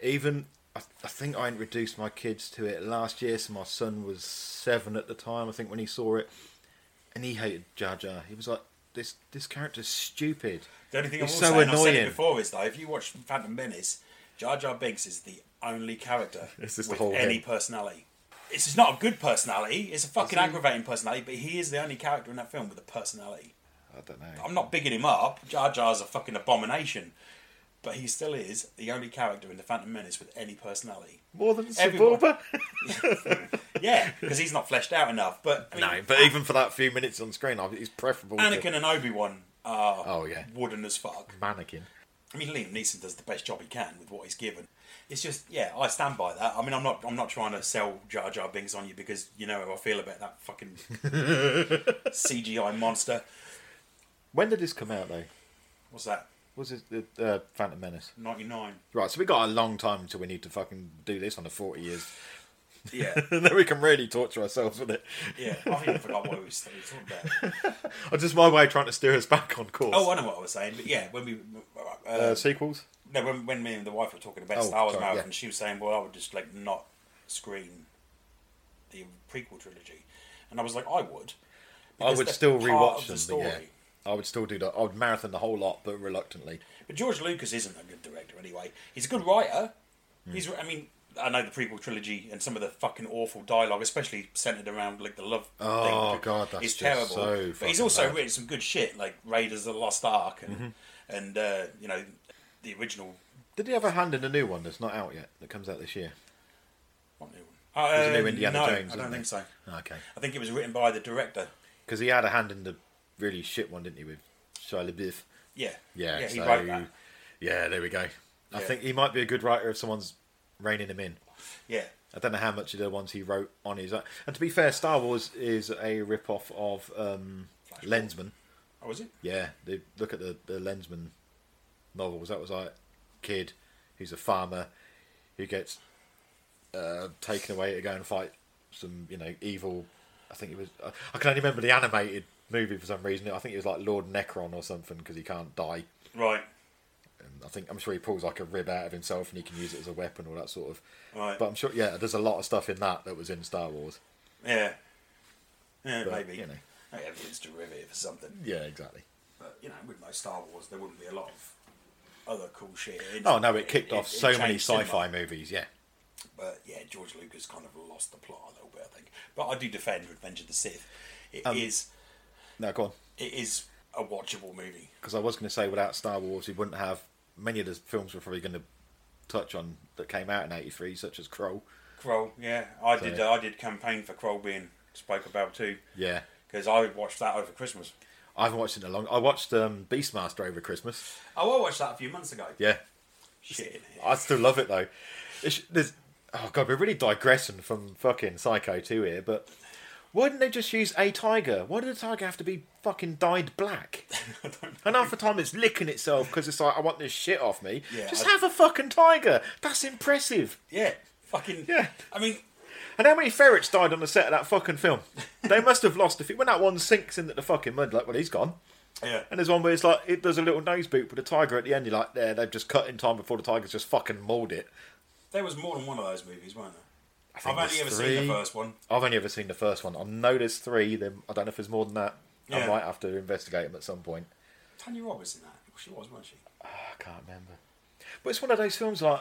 Speaker 4: Even I, I think I introduced my kids to it last year. So my son was seven at the time. I think when he saw it, and he hated Jar Jar. He was like, "This this character's stupid."
Speaker 3: The only thing I will
Speaker 4: He's
Speaker 3: say,
Speaker 4: so
Speaker 3: and I've said it
Speaker 4: annoying.
Speaker 3: before, is though if you watch Phantom Menace, Jar Jar Binks is the only character
Speaker 4: It's just the
Speaker 3: with
Speaker 4: whole
Speaker 3: any
Speaker 4: thing.
Speaker 3: personality. It's just not a good personality. It's a fucking aggravating personality, but he is the only character in that film with a personality.
Speaker 4: I don't know.
Speaker 3: I'm not bigging him up. Jar Jar's a fucking abomination, but he still is the only character in the Phantom Menace with any personality.
Speaker 4: More than
Speaker 3: Everyone-
Speaker 4: Sebulba?
Speaker 3: Yeah, because he's not fleshed out enough. But I mean,
Speaker 4: No, but even for that few minutes on screen, I- it's preferable.
Speaker 3: Anakin and Obi Wan are
Speaker 4: To, oh yeah,
Speaker 3: wooden as fuck.
Speaker 4: mannequin.
Speaker 3: I mean, Liam Neeson does the best job he can with what he's given. It's just, yeah, I stand by that. I mean, I'm not, I'm not trying to sell Jar Jar Binks on you because you know how I feel about that fucking CGI monster.
Speaker 4: When did this come out though?
Speaker 3: What's that?
Speaker 4: Was it the uh, Phantom Menace?
Speaker 3: 99.
Speaker 4: Right, so we got a long time until we need to fucking do this on the forty years,
Speaker 3: Yeah,
Speaker 4: and then we can really torture ourselves with it.
Speaker 3: yeah. I even forgot what we were talking about.
Speaker 4: Or just my way of trying to steer us back on course.
Speaker 3: Oh, I know what I was saying, but yeah, when we, uh,
Speaker 4: uh, sequels.
Speaker 3: no, when, when me and the wife were talking about
Speaker 4: Oh,
Speaker 3: Star Wars
Speaker 4: sorry,
Speaker 3: Marathon,
Speaker 4: yeah.
Speaker 3: she was saying, well, I would just like not screen the prequel trilogy, and I was like, I would.
Speaker 4: I
Speaker 3: Because
Speaker 4: would
Speaker 3: they're
Speaker 4: still
Speaker 3: part
Speaker 4: rewatch
Speaker 3: of the
Speaker 4: them, but yeah,
Speaker 3: story.
Speaker 4: I would still do that. I would marathon the whole lot, but reluctantly.
Speaker 3: But George Lucas isn't a good director anyway. He's a good writer. He's, I mean, I know the prequel trilogy and some of the fucking awful dialogue, especially centered around like the love.
Speaker 4: Oh,
Speaker 3: thing,
Speaker 4: God, that's
Speaker 3: is
Speaker 4: just
Speaker 3: terrible.
Speaker 4: so
Speaker 3: but he's
Speaker 4: fucking
Speaker 3: also
Speaker 4: bad.
Speaker 3: written some good shit, like Raiders of the Lost Ark, and,
Speaker 4: Mm-hmm.
Speaker 3: and uh, you know, the original.
Speaker 4: Did he have a hand in a new one that's not out yet that comes out this year?
Speaker 3: What new one? Uh,
Speaker 4: There's a new Indiana
Speaker 3: no,
Speaker 4: Jones.
Speaker 3: I don't
Speaker 4: isn't
Speaker 3: think so.
Speaker 4: there? Okay,
Speaker 3: I think it was written by the director.
Speaker 4: because he had a hand in the really shit one, didn't he, with Shia LaBeouf?
Speaker 3: Yeah.
Speaker 4: Yeah,
Speaker 3: Yeah, he
Speaker 4: so,
Speaker 3: wrote that.
Speaker 4: Yeah, there we go. I
Speaker 3: Yeah.
Speaker 4: think he might be a good writer if someone's reining him in.
Speaker 3: Yeah.
Speaker 4: I don't know how much of the ones he wrote on his own. And to be fair, Star Wars is a rip off of um,
Speaker 3: Flash
Speaker 4: Lensman.
Speaker 3: Oh, was it?
Speaker 4: Yeah, they look at the, the Lensman novels. That was like a kid who's a farmer who gets uh, taken away to go and fight some, you know, evil. I think it was. I- I can only remember the animated movie for some reason. I think it was like Lord Necron or something because he can't die.
Speaker 3: Right.
Speaker 4: And I think I'm sure he pulls like a rib out of himself and he can use it as a weapon or that sort of.
Speaker 3: Right.
Speaker 4: But I'm sure, yeah, there's a lot of stuff in that that was in Star Wars.
Speaker 3: Yeah. Yeah,
Speaker 4: But,
Speaker 3: maybe.
Speaker 4: you know.
Speaker 3: Maybe it's derivative or something.
Speaker 4: Yeah, exactly.
Speaker 3: But you know, with most Star Wars, there wouldn't be a lot of other cool shit. It-
Speaker 4: Oh no, it kicked off
Speaker 3: it
Speaker 4: so many
Speaker 3: changed cinema.
Speaker 4: sci-fi movies. Yeah,
Speaker 3: But yeah, George Lucas kind of lost the plot a little bit, I think. But I do defend Revenge of the Sith. It
Speaker 4: Um,
Speaker 3: is
Speaker 4: no, go on.
Speaker 3: it is a watchable movie.
Speaker 4: Because I was going to say, without Star Wars, we wouldn't have many of the films we're probably going to touch on that came out in '83, such as Kroll.
Speaker 3: Kroll, yeah, I did.
Speaker 4: So-
Speaker 3: I did campaign for Kroll being spoke about too.
Speaker 4: Yeah,
Speaker 3: Because I watched that over Christmas.
Speaker 4: I haven't watched it in a long. I watched um, Beastmaster over Christmas.
Speaker 3: Oh, I watched that a few months ago.
Speaker 4: Yeah,
Speaker 3: Shit. yeah.
Speaker 4: I still love it though. It's, there's, oh god, we're really digressing from fucking Psycho 2 here, but why didn't they just use a tiger? Why did the tiger have to be fucking dyed black? and half the time it's licking itself because it's like I want this shit off me.
Speaker 3: Yeah,
Speaker 4: just
Speaker 3: I-
Speaker 4: have a fucking tiger. That's impressive.
Speaker 3: Yeah, fucking.
Speaker 4: Yeah.
Speaker 3: I mean,
Speaker 4: And how many ferrets died on the set of that fucking film? they must have lost a few. When that one sinks into the fucking mud, like, well, he's gone.
Speaker 3: yeah.
Speaker 4: And there's one where it's like it does a little nose boot with a tiger at the end. You're like, there, they've just cut in time before the tiger's just fucking mauled it.
Speaker 3: There was more than one of those movies, weren't there?
Speaker 4: I think
Speaker 3: I've only
Speaker 4: there's
Speaker 3: ever seen the
Speaker 4: three.
Speaker 3: first one.
Speaker 4: I've only ever seen the first one. I know there's three. Then I don't know if there's more than that. I
Speaker 3: Yeah.
Speaker 4: might have to investigate them at some point.
Speaker 3: Tanya Roberts in that. She was, wasn't she?
Speaker 4: I can't remember. But it's one of those films like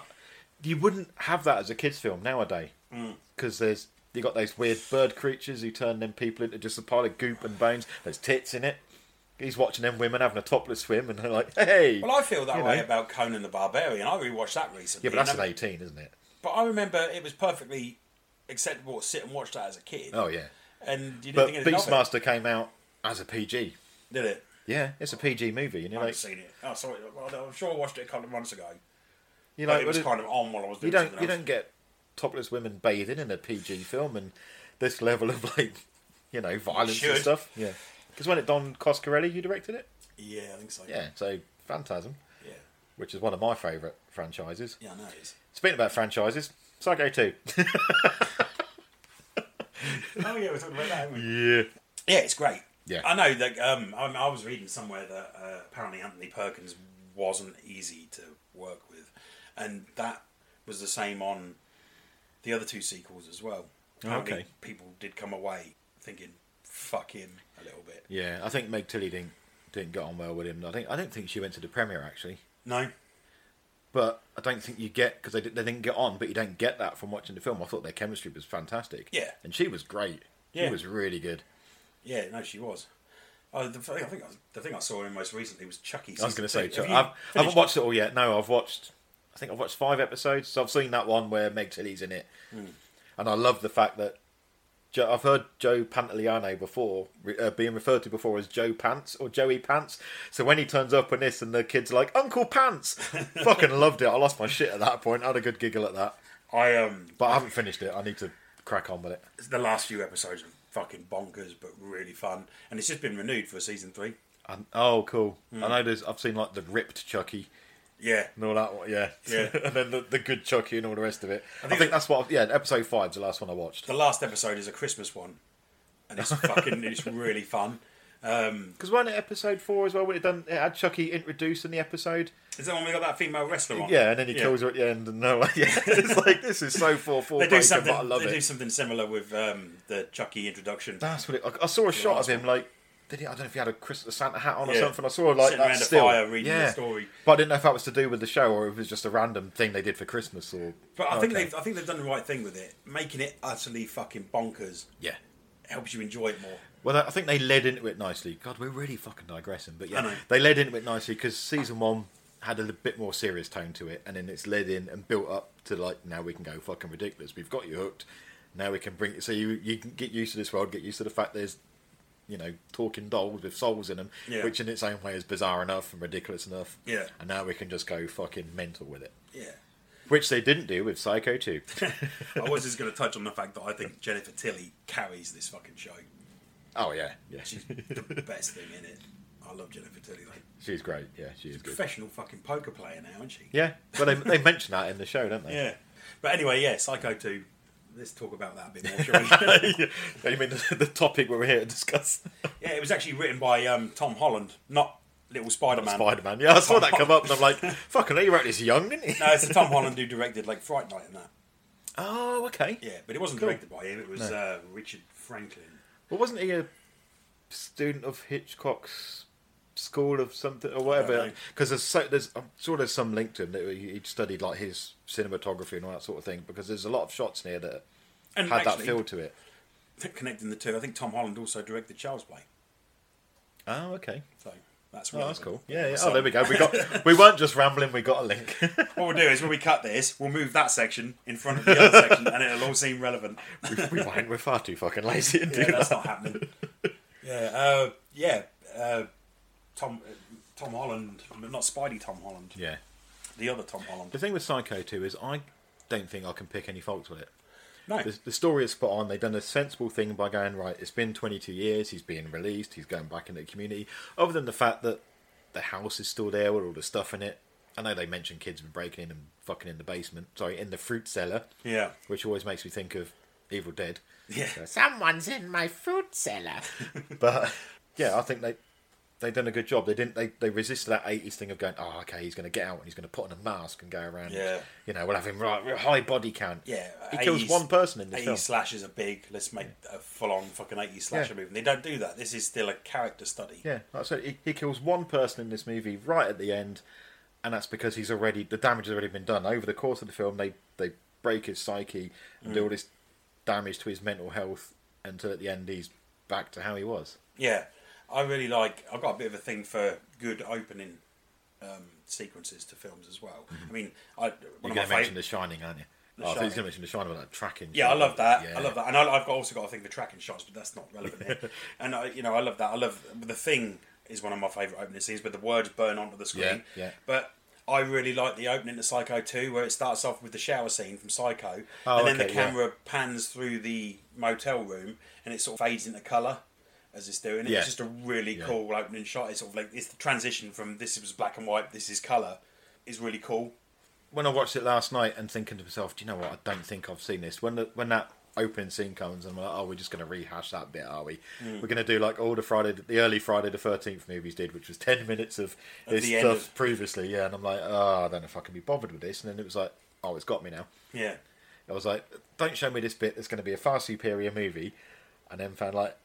Speaker 4: you wouldn't have that as a kids' film nowadays
Speaker 3: Mm.
Speaker 4: because there's you got those weird bird creatures who turn them people into just a pile of goop and bones. There's tits in it. He's watching them women having a topless swim, and they're like, "Hey."
Speaker 3: Well, I feel that
Speaker 4: you
Speaker 3: way
Speaker 4: know.
Speaker 3: about Conan the Barbarian. I rewatched that recently.
Speaker 4: Yeah, but that's
Speaker 3: and
Speaker 4: at
Speaker 3: I-
Speaker 4: eighteen, isn't it?
Speaker 3: But I remember it was perfectly acceptable to sit and watch that as a kid.
Speaker 4: Oh yeah.
Speaker 3: And you didn't
Speaker 4: But
Speaker 3: think anything of
Speaker 4: Beastmaster came out as a PG.
Speaker 3: it, did it?
Speaker 4: Yeah, it's a PG movie, and
Speaker 3: I
Speaker 4: you're
Speaker 3: haven't
Speaker 4: like,
Speaker 3: seen it. Oh, sorry. Well, I'm sure I watched it a couple of months ago.
Speaker 4: you
Speaker 3: But
Speaker 4: like,
Speaker 3: it was
Speaker 4: well,
Speaker 3: kind of on while I was
Speaker 4: you
Speaker 3: doing
Speaker 4: don't
Speaker 3: something
Speaker 4: you
Speaker 3: else.
Speaker 4: don't get topless women bathing in a PG film and this level of like, you know, violence and
Speaker 3: should.
Speaker 4: stuff. Yeah, because when it Don Coscarelli, you directed it.
Speaker 3: Yeah, I think so.
Speaker 4: Yeah, so Phantasm,
Speaker 3: Yeah.
Speaker 4: which is one of my favourite franchises.
Speaker 3: Yeah, I know it is.
Speaker 4: Speaking about franchises, Psycho Two.
Speaker 3: oh, yeah, we're talking about that, haven't we?
Speaker 4: yeah.
Speaker 3: Yeah, it's great.
Speaker 4: Yeah.
Speaker 3: I know that. Um, I, I was reading somewhere that uh, apparently Anthony Perkins wasn't easy to work with, and that was the same on the other two sequels as well. Apparently
Speaker 4: okay.
Speaker 3: people did come away thinking "fuck him" a little bit.
Speaker 4: Yeah, I think Meg Tilly didn't didn't get on well with him. I think I don't think she went to the premiere actually,
Speaker 3: No,
Speaker 4: but I don't think you get because they, di- they didn't get on. But you don't get that from watching the film. I thought their chemistry was fantastic.
Speaker 3: Yeah.
Speaker 4: and she was great.
Speaker 3: Yeah.
Speaker 4: She was really good.
Speaker 3: yeah, no, she was. Uh, the, thing, I think I, the thing I saw him most recently was Chucky.
Speaker 4: I was going to say,
Speaker 3: season two.
Speaker 4: Chuck,
Speaker 3: Have
Speaker 4: I've,
Speaker 3: you
Speaker 4: I haven't
Speaker 3: finished-
Speaker 4: watched it all yet. No, I've watched. I think I've watched five episodes. So I've seen that one where Meg Tilly's in it,
Speaker 3: Hmm.
Speaker 4: and I love the fact that Joe, I've heard Joe Pantoliano before re- uh, being referred to before as Joe Pants or Joey Pants. So when he turns up in this, and the kids are like Uncle Pants, fucking loved it. I lost my shit at that point. I had a good giggle at that,
Speaker 3: I um,
Speaker 4: but I haven't finished it. I need to crack on with it.
Speaker 3: the last few episodes are fucking bonkers, but really fun, and it's just been renewed for season three.
Speaker 4: And, oh, cool!
Speaker 3: Hmm.
Speaker 4: I know there's. I've seen like the ripped Chucky.
Speaker 3: Yeah,
Speaker 4: and all that. one, Yeah,
Speaker 3: Yeah.
Speaker 4: and then the, the good Chucky and all the rest of it. I
Speaker 3: think
Speaker 4: think,
Speaker 3: it-
Speaker 4: that's what. Yeah, episode five's the last one I watched
Speaker 3: The last episode is a Christmas one, and it's fucking it's really fun. Um,
Speaker 4: because wasn't it episode four as well? When it done, it had Chucky introduced in the episode.
Speaker 3: is that when we got that female wrestler on?
Speaker 4: Yeah, and then he
Speaker 3: Yeah.
Speaker 4: kills her at the end, and no, like, yeah, it's like this is so four four.
Speaker 3: They do
Speaker 4: breaker,
Speaker 3: something.
Speaker 4: but I love
Speaker 3: they do
Speaker 4: it.
Speaker 3: something similar with um, the Chucky introduction.
Speaker 4: That's what it, I, I saw a shot of
Speaker 3: that's
Speaker 4: him like. Did he, I don't know if he had a Christmas Santa hat on or
Speaker 3: Yeah.
Speaker 4: something. I saw like
Speaker 3: Sitting
Speaker 4: that
Speaker 3: around a
Speaker 4: still.
Speaker 3: fire reading the
Speaker 4: yeah.
Speaker 3: story.
Speaker 4: But I didn't know if that was to do with the show or if it was just a random thing they did for Christmas or.
Speaker 3: But I think
Speaker 4: Okay.
Speaker 3: they've I think they've done the right thing with it, making it utterly fucking bonkers.
Speaker 4: Yeah.
Speaker 3: helps you enjoy it more.
Speaker 4: Well, I think they led into it nicely. God, we're really fucking digressing, but
Speaker 3: I
Speaker 4: yeah,
Speaker 3: know.
Speaker 4: they led into it nicely because season one had a li- bit more serious tone to it, and then it's led in and built up to like now we can go fucking ridiculous. We've got you hooked. Now we can bring so you you can get used to this world, get used to the fact there's you know talking dolls with souls in them,
Speaker 3: Yeah.
Speaker 4: which in its own way is bizarre enough and ridiculous enough.
Speaker 3: Yeah.
Speaker 4: and now we can just go fucking mental with it,
Speaker 3: Yeah.
Speaker 4: which they didn't do with Psycho two.
Speaker 3: I was just going to touch on the fact that I think Jennifer Tilly carries this fucking show.
Speaker 4: oh yeah, yeah,
Speaker 3: She's the best thing in it. I love Jennifer Tilly. Like,
Speaker 4: she's great. Yeah, she is good.
Speaker 3: professional fucking poker player now, isn't she?
Speaker 4: Yeah, well they they mention that in the show, don't they?
Speaker 3: Yeah. But anyway, yeah, Psycho 2. Let's talk about that a bit more, shall we?
Speaker 4: yeah. You mean the, the topic we're here to discuss?
Speaker 3: yeah, it was actually written by um, Tom Holland, not Little Spider Man.
Speaker 4: Spider Man. Yeah, I saw
Speaker 3: Tom
Speaker 4: that come up and I'm like, fucking hell, you wrote this young, didn't you?
Speaker 3: No, it's the Tom Holland who directed like Fright Night and that.
Speaker 4: Oh, okay.
Speaker 3: Yeah, but it wasn't directed by him. It was uh, Richard Franklin.
Speaker 4: Well, wasn't he a student of Hitchcock's school of something or whatever?
Speaker 3: know.
Speaker 4: Because there's, so, there's, I'm sure there's some link to him that he he studied like his cinematography and all that sort of thing because there's a lot of shots in here that
Speaker 3: And
Speaker 4: had that
Speaker 3: actually-
Speaker 4: feel to it.
Speaker 3: Connecting the two, I think Tom Holland also directed Child's Play.
Speaker 4: Oh, okay.
Speaker 3: So that's
Speaker 4: Oh, that's
Speaker 3: relevant.
Speaker 4: cool. Yeah, yeah.
Speaker 3: So
Speaker 4: Oh, there we go. We got. We weren't just rambling. We got a link.
Speaker 3: What we'll do is when we cut this, we'll move that section in front of the other section, and it'll all seem relevant.
Speaker 4: we won't. We're far too fucking lazy to do
Speaker 3: yeah, that's
Speaker 4: that.
Speaker 3: not happening. Yeah, uh, yeah. Uh, Tom, Tom Holland, not Spidey Tom Holland.
Speaker 4: Yeah.
Speaker 3: The other Tom
Speaker 4: The
Speaker 3: Holland.
Speaker 4: thing with Psycho 2 is I don't think I can pick any faults with it.
Speaker 3: No,
Speaker 4: The, the story is spot on. They've done a sensible thing by going, right, it's been 22 years, he's being released, he's going back into the community. Other than the fact that the house is still there with all the stuff in it. I know they mentioned kids been breaking in and fucking in the basement. Sorry, in the fruit cellar.
Speaker 3: Yeah.
Speaker 4: Which always makes me think of Evil Dead.
Speaker 3: Yeah.
Speaker 4: Someone's in my fruit cellar. but yeah, I think they they done a good job. They didn't. They, they resisted that '80s thing of going, oh, okay, he's going to get out and he's going to put on a mask and go around.
Speaker 3: Yeah.
Speaker 4: you know, we'll have him right high body count.
Speaker 3: Yeah,
Speaker 4: he kills
Speaker 3: 80s
Speaker 4: one person in this
Speaker 3: 80s
Speaker 4: film.
Speaker 3: slashes are big. Let's make a full-on fucking 80s slasher
Speaker 4: Yeah.
Speaker 3: movie. And They don't do that. This is still a character study.
Speaker 4: Yeah, like I said, he, he kills one person in this movie right at the end, and that's because he's already the damage has already been done. Over the course of the film, they they break his psyche and
Speaker 3: Mm.
Speaker 4: do all this damage to his mental health until at the end he's back to how he was.
Speaker 3: Yeah, I really like. I've got a bit of a thing for good opening um, sequences to films as well. I mean, I one
Speaker 4: Mm-hmm. You're going
Speaker 3: of my
Speaker 4: to mention
Speaker 3: fav-
Speaker 4: The Shining, aren't you?
Speaker 3: The
Speaker 4: oh, I thought you was
Speaker 3: Shining.
Speaker 4: going to mention The Shining about that tracking.
Speaker 3: Yeah, I
Speaker 4: shot.
Speaker 3: love that.
Speaker 4: Yeah.
Speaker 3: I love that, and I, I've also got a thing for tracking shots, but that's not relevant. here. And I, you know, I love that. I love the thing is one of my favorite opening scenes, but the words burn onto the screen.
Speaker 4: Yeah, yeah.
Speaker 3: But I really like the opening to Psycho Two, where it starts off with the shower scene from Psycho,
Speaker 4: Oh,
Speaker 3: and then
Speaker 4: okay,
Speaker 3: the
Speaker 4: yeah.
Speaker 3: camera pans through the motel room, and it sort of fades into color. As it's doing, it.
Speaker 4: Yeah.
Speaker 3: it's just a really
Speaker 4: Yeah.
Speaker 3: cool opening shot. It's sort of like it's the transition from this was black and white, this is color, is really cool.
Speaker 4: when I watched it last night and thinking to myself, do you know what? I don't think I've seen this. When the, when that opening scene comes, and we're like, oh, we're just going to rehash that bit, are we?
Speaker 3: Mm.
Speaker 4: We're going to do like all the Friday, the early Friday the Thirteenth movies did, which was ten minutes of
Speaker 3: Of
Speaker 4: this
Speaker 3: the end
Speaker 4: stuff
Speaker 3: of-
Speaker 4: previously. Yeah, and I'm like, oh, I don't know if I can be bothered with this. And then it was like, oh, it's got me now.
Speaker 3: Yeah,
Speaker 4: I was like, don't show me this bit. It's going to be a far superior movie. And then found like,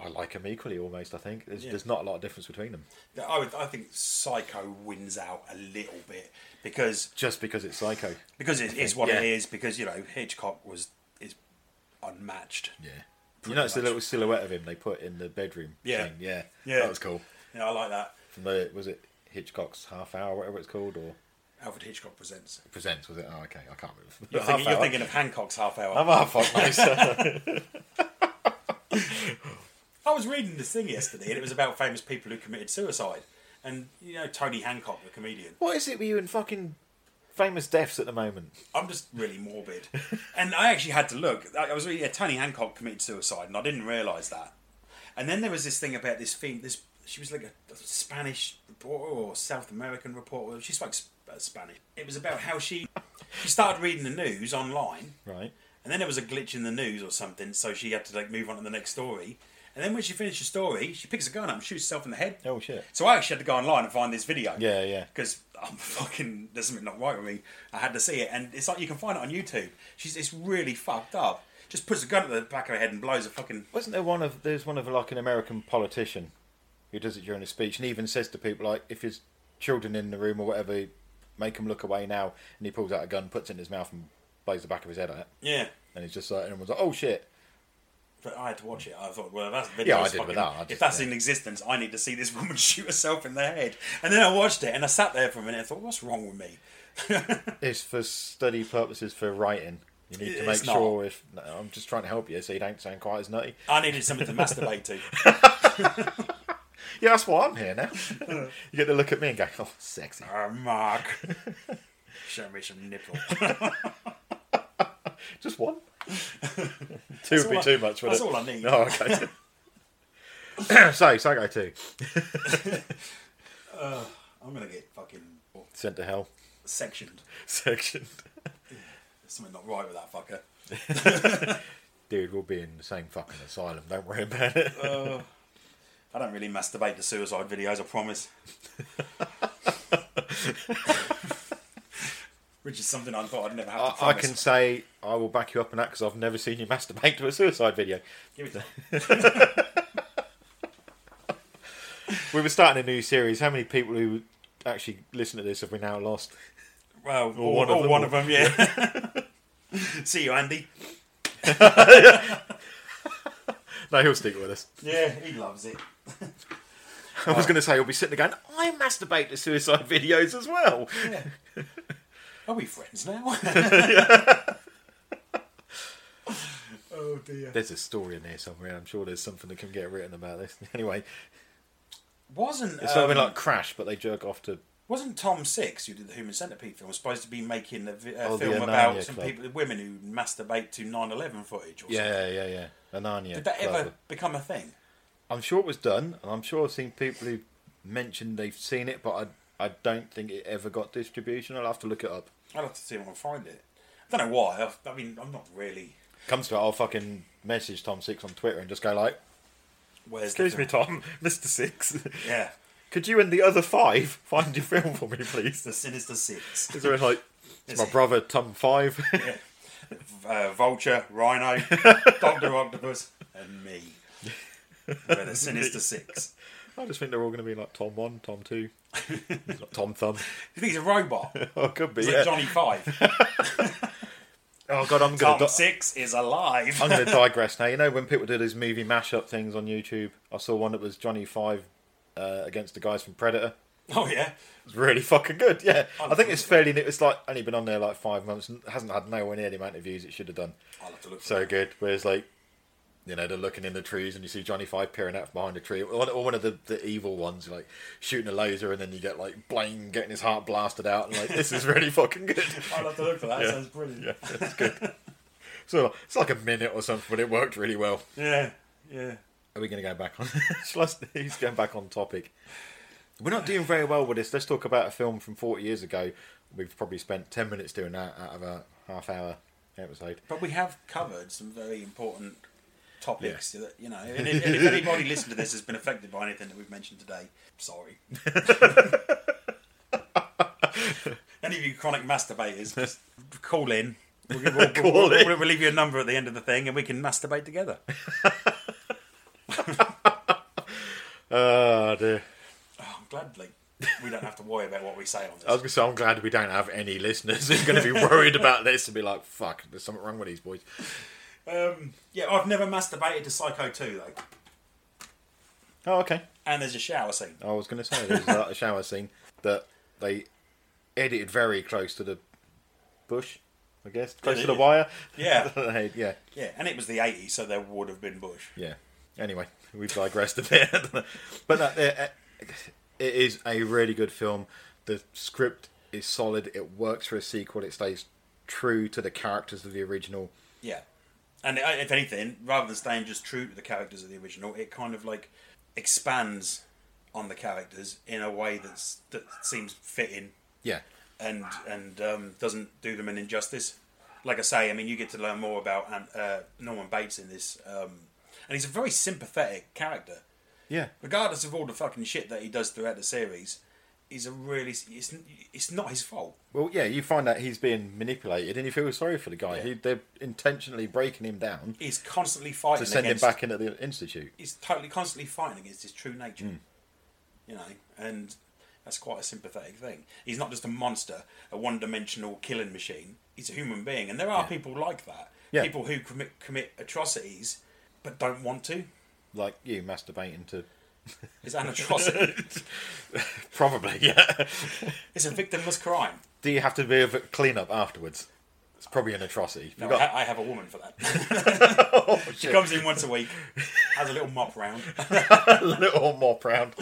Speaker 4: I like them equally almost. I think there's,
Speaker 3: Yeah.
Speaker 4: there's not a lot of difference between them,
Speaker 3: I would, I think Psycho wins out a little bit because
Speaker 4: just because it's Psycho.
Speaker 3: because
Speaker 4: I
Speaker 3: it,
Speaker 4: think.
Speaker 3: it's what
Speaker 4: Yeah.
Speaker 3: it is. Because you know Hitchcock was is unmatched.
Speaker 4: Yeah, you notice the little silhouette of him they put in the bedroom.
Speaker 3: Yeah.
Speaker 4: thing. yeah,
Speaker 3: Yeah.
Speaker 4: That was cool.
Speaker 3: Yeah, I like that.
Speaker 4: From the was it Hitchcock's half hour, whatever it's called, or
Speaker 3: Alfred Hitchcock presents.
Speaker 4: presents? Was it? Oh, okay, I can't remember.
Speaker 3: You're,
Speaker 4: Half
Speaker 3: thinking, you're
Speaker 4: hour.
Speaker 3: thinking of Hancock's half hour.
Speaker 4: I'm half fucked myself.
Speaker 3: I was reading this thing yesterday, and it was about famous people who committed suicide. And you know Tony Hancock, the comedian.
Speaker 4: what is it with you and fucking famous deaths at the moment?
Speaker 3: I'm just really morbid. and I actually had to look. I I was really, yeah, Tony Hancock committed suicide, and I didn't realise that. And then there was this thing about this theme. This she was like a, a Spanish reporter or South American reporter. She spoke sp- uh, Spanish. It was about how she she started reading the news online,
Speaker 4: Right.
Speaker 3: and then there was a glitch in the news or something, so she had to like move on to the next story. And then when she finished the story, she picks a gun up and shoots herself in the head.
Speaker 4: Oh shit.
Speaker 3: So I actually had to go online and find this video.
Speaker 4: Yeah, yeah.
Speaker 3: Because I'm fucking there's something not right with me. I had to see it, and it's like you can find it on YouTube. She's it's really fucked up. Just puts a gun at the back of her head and blows a fucking.
Speaker 4: Wasn't there one of there's one of like an American politician who does it during a speech and even says to people like if his children in the room or whatever, make them look away now. And he pulls out a gun, puts it in his mouth, and blows the back of his head at it.
Speaker 3: Yeah,
Speaker 4: And it's just like everyone's like, oh shit.
Speaker 3: but I had to watch it. I thought, well, if that's video.
Speaker 4: Yeah, I
Speaker 3: is
Speaker 4: did with
Speaker 3: fucking-
Speaker 4: that. I
Speaker 3: if
Speaker 4: just-
Speaker 3: that's
Speaker 4: yeah.
Speaker 3: in existence, I need to see this woman shoot herself in the head. And then I watched it, and I sat there for a minute and thought, what's wrong with me?
Speaker 4: It's for study purposes for writing. You need to
Speaker 3: It's
Speaker 4: make
Speaker 3: not.
Speaker 4: sure if no, I'm just trying to help you so you don't sound quite as nutty.
Speaker 3: I needed something to masturbate to.
Speaker 4: Yeah, that's why I'm here now. you get to look at me and go, oh, sexy.
Speaker 3: Oh, Mark, show me some nipple.
Speaker 4: Just one. Two
Speaker 3: That's
Speaker 4: would be
Speaker 3: all I-
Speaker 4: too much. wouldn't
Speaker 3: that's
Speaker 4: it?
Speaker 3: all I need.
Speaker 4: Oh, okay. so, Psycho 2.
Speaker 3: uh, I'm gonna get fucking
Speaker 4: Sent to hell.
Speaker 3: sectioned.
Speaker 4: Section.
Speaker 3: There's something not right with that fucker.
Speaker 4: Dude, we'll be in the same fucking asylum. Don't worry about it.
Speaker 3: Uh, I don't really masturbate to suicide videos, I promise. Which is something I thought I'd never have to
Speaker 4: I, I
Speaker 3: promise.
Speaker 4: can say I will back you up on that because I've never seen you masturbate to a suicide video.
Speaker 3: Give it
Speaker 4: we were starting a new series. How many people who actually listen to this have we now lost?
Speaker 3: Well,
Speaker 4: Or
Speaker 3: all,
Speaker 4: one
Speaker 3: one,
Speaker 4: of
Speaker 3: of
Speaker 4: them.
Speaker 3: one of them, yeah. See you, Andy.
Speaker 4: No, he'll stick with us.
Speaker 3: Yeah, he loves it.
Speaker 4: I
Speaker 3: Uh,
Speaker 4: was going to say he'll be sitting there going, I masturbate to suicide videos as well.
Speaker 3: Yeah. Are we friends now? oh dear.
Speaker 4: There's a story in there somewhere. I'm sure there's something that can get written about this. Anyway,
Speaker 3: Wasn't
Speaker 4: it's something
Speaker 3: um,
Speaker 4: like Crash, but they jerk off to.
Speaker 3: Wasn't Tom Six, who did the Human Centipede film, supposed to be making a, vi- a
Speaker 4: Oh, the
Speaker 3: film
Speaker 4: Anania
Speaker 3: about some
Speaker 4: Club.
Speaker 3: people, women who masturbate to 9/11 footage? Or something?
Speaker 4: Yeah, yeah, yeah. Anania.
Speaker 3: Did that ever
Speaker 4: Club.
Speaker 3: become a thing?
Speaker 4: I'm sure it was done, and I'm sure I've seen people who mentioned they've seen it, but I, I don't think it ever got distribution. I'll have to look it up.
Speaker 3: I'd have to see if I can find it. I don't know why. I've, I mean, I'm not really.
Speaker 4: Comes to it, I'll fucking message Tom Six on Twitter and just go like,
Speaker 3: Where's the
Speaker 4: Excuse me,
Speaker 3: film?
Speaker 4: Tom, Mr. Six.
Speaker 3: Yeah.
Speaker 4: Could you and the other five find your film for me, please?
Speaker 3: The Sinister Six.
Speaker 4: Is there a, like, it's my
Speaker 3: Is it-
Speaker 4: brother, Tom Five?
Speaker 3: uh, Vulture, Rhino, Doctor Octopus, and me. We're the Sinister Six.
Speaker 4: I just think they're all going to be like Tom One, Tom Two, Tom Thumb.
Speaker 3: You think he's a robot?
Speaker 4: Oh, could be.
Speaker 3: He's
Speaker 4: Yeah.
Speaker 3: like Johnny Five.
Speaker 4: Oh God, I'm going
Speaker 3: Tom
Speaker 4: to. Di-
Speaker 3: Six is alive.
Speaker 4: I'm going to digress now. You know when people do those movie mashup things on YouTube? I saw one that was Johnny Five uh, against the guys from Predator.
Speaker 3: oh yeah.
Speaker 4: It's really fucking good. Yeah, I think it's fairly. new. It's like only been on there like five months and hasn't had nowhere near the amount of views it should have done.
Speaker 3: I'll have to look. For
Speaker 4: So
Speaker 3: that.
Speaker 4: good. Whereas like, you know, they're looking in the trees and you see Johnny Five peering out from behind a tree, or one- or one of the, the evil ones like shooting a laser, and then you get like Blaine getting his heart blasted out, and like this is really fucking good.
Speaker 3: I'll have to look for that.
Speaker 4: Yeah.
Speaker 3: Sounds brilliant.
Speaker 4: Yeah, it's good. so it's like a minute or something, but it worked really well.
Speaker 3: Yeah. Yeah.
Speaker 4: Are we going to go back on? Shall I st- He's going back on topic. We're not doing very well with this. Let's talk about a film from 40 years ago. We've probably spent 10 minutes doing that out of a half hour episode.
Speaker 3: But we have covered some very important topics that you know. And if, and if anybody listening to this has been affected by anything that we've mentioned today, sorry. Any of you chronic masturbators, just call in. We'll, we'll, we'll,
Speaker 4: Call
Speaker 3: we'll-
Speaker 4: in.
Speaker 3: we'll- we'll leave you a number at the end of the thing, and we can masturbate together.
Speaker 4: Oh, dear.
Speaker 3: I'm glad like we don't have to worry about what we say on this.
Speaker 4: I was going to say, I'm glad we don't have any listeners who's going to be worried about this and be like, fuck, there's something wrong with these boys.
Speaker 3: Um, yeah, I've never masturbated to Psycho 2 though,
Speaker 4: Oh, okay.
Speaker 3: and there's a shower scene.
Speaker 4: I was going to say, there's a shower scene that they edited very close to the bush, I guess, close to the
Speaker 3: they?
Speaker 4: wire.
Speaker 3: Yeah.
Speaker 4: yeah.
Speaker 3: Yeah, and it was the 80s, so there would have been bush.
Speaker 4: Yeah. Anyway, we've digressed a bit. but no, it, it is a really good film. The script is solid. It works for a sequel. It stays true to the characters of the original.
Speaker 3: Yeah, and i- if anything, rather than staying just true to the characters of the original, it kind of like expands on the characters in a way that's that seems fitting
Speaker 4: Yeah.
Speaker 3: and and um, doesn't do them an injustice. Like I say, I mean, you get to learn more about um, uh, Norman Bates in this, um, and he's a very sympathetic character,
Speaker 4: Yeah.
Speaker 3: regardless of all the fucking shit that he does throughout the series. He's a really it's it's not his fault.
Speaker 4: Well, yeah, you find out he's being manipulated and you feel sorry for the guy. He, they're intentionally breaking him down
Speaker 3: He's constantly fighting
Speaker 4: to send
Speaker 3: against
Speaker 4: him back into the institute.
Speaker 3: he's totally constantly fighting against his true nature.
Speaker 4: Hmm.
Speaker 3: You know, and that's quite a sympathetic thing. He's not just a monster, a one-dimensional killing machine. He's a human being, and there are people like that.
Speaker 4: Yeah.
Speaker 3: People who commit commit atrocities but don't want to.
Speaker 4: Like you masturbating to.
Speaker 3: It's an atrocity.
Speaker 4: Probably, yeah.
Speaker 3: it's a victimless crime.
Speaker 4: Do you have to be a v- cleanup afterwards? It's probably an atrocity.
Speaker 3: No,
Speaker 4: You've got- Oh,
Speaker 3: I, I have a woman for that. she comes in once a week, has a little mop round.
Speaker 4: a
Speaker 3: Um,
Speaker 4: little more proud.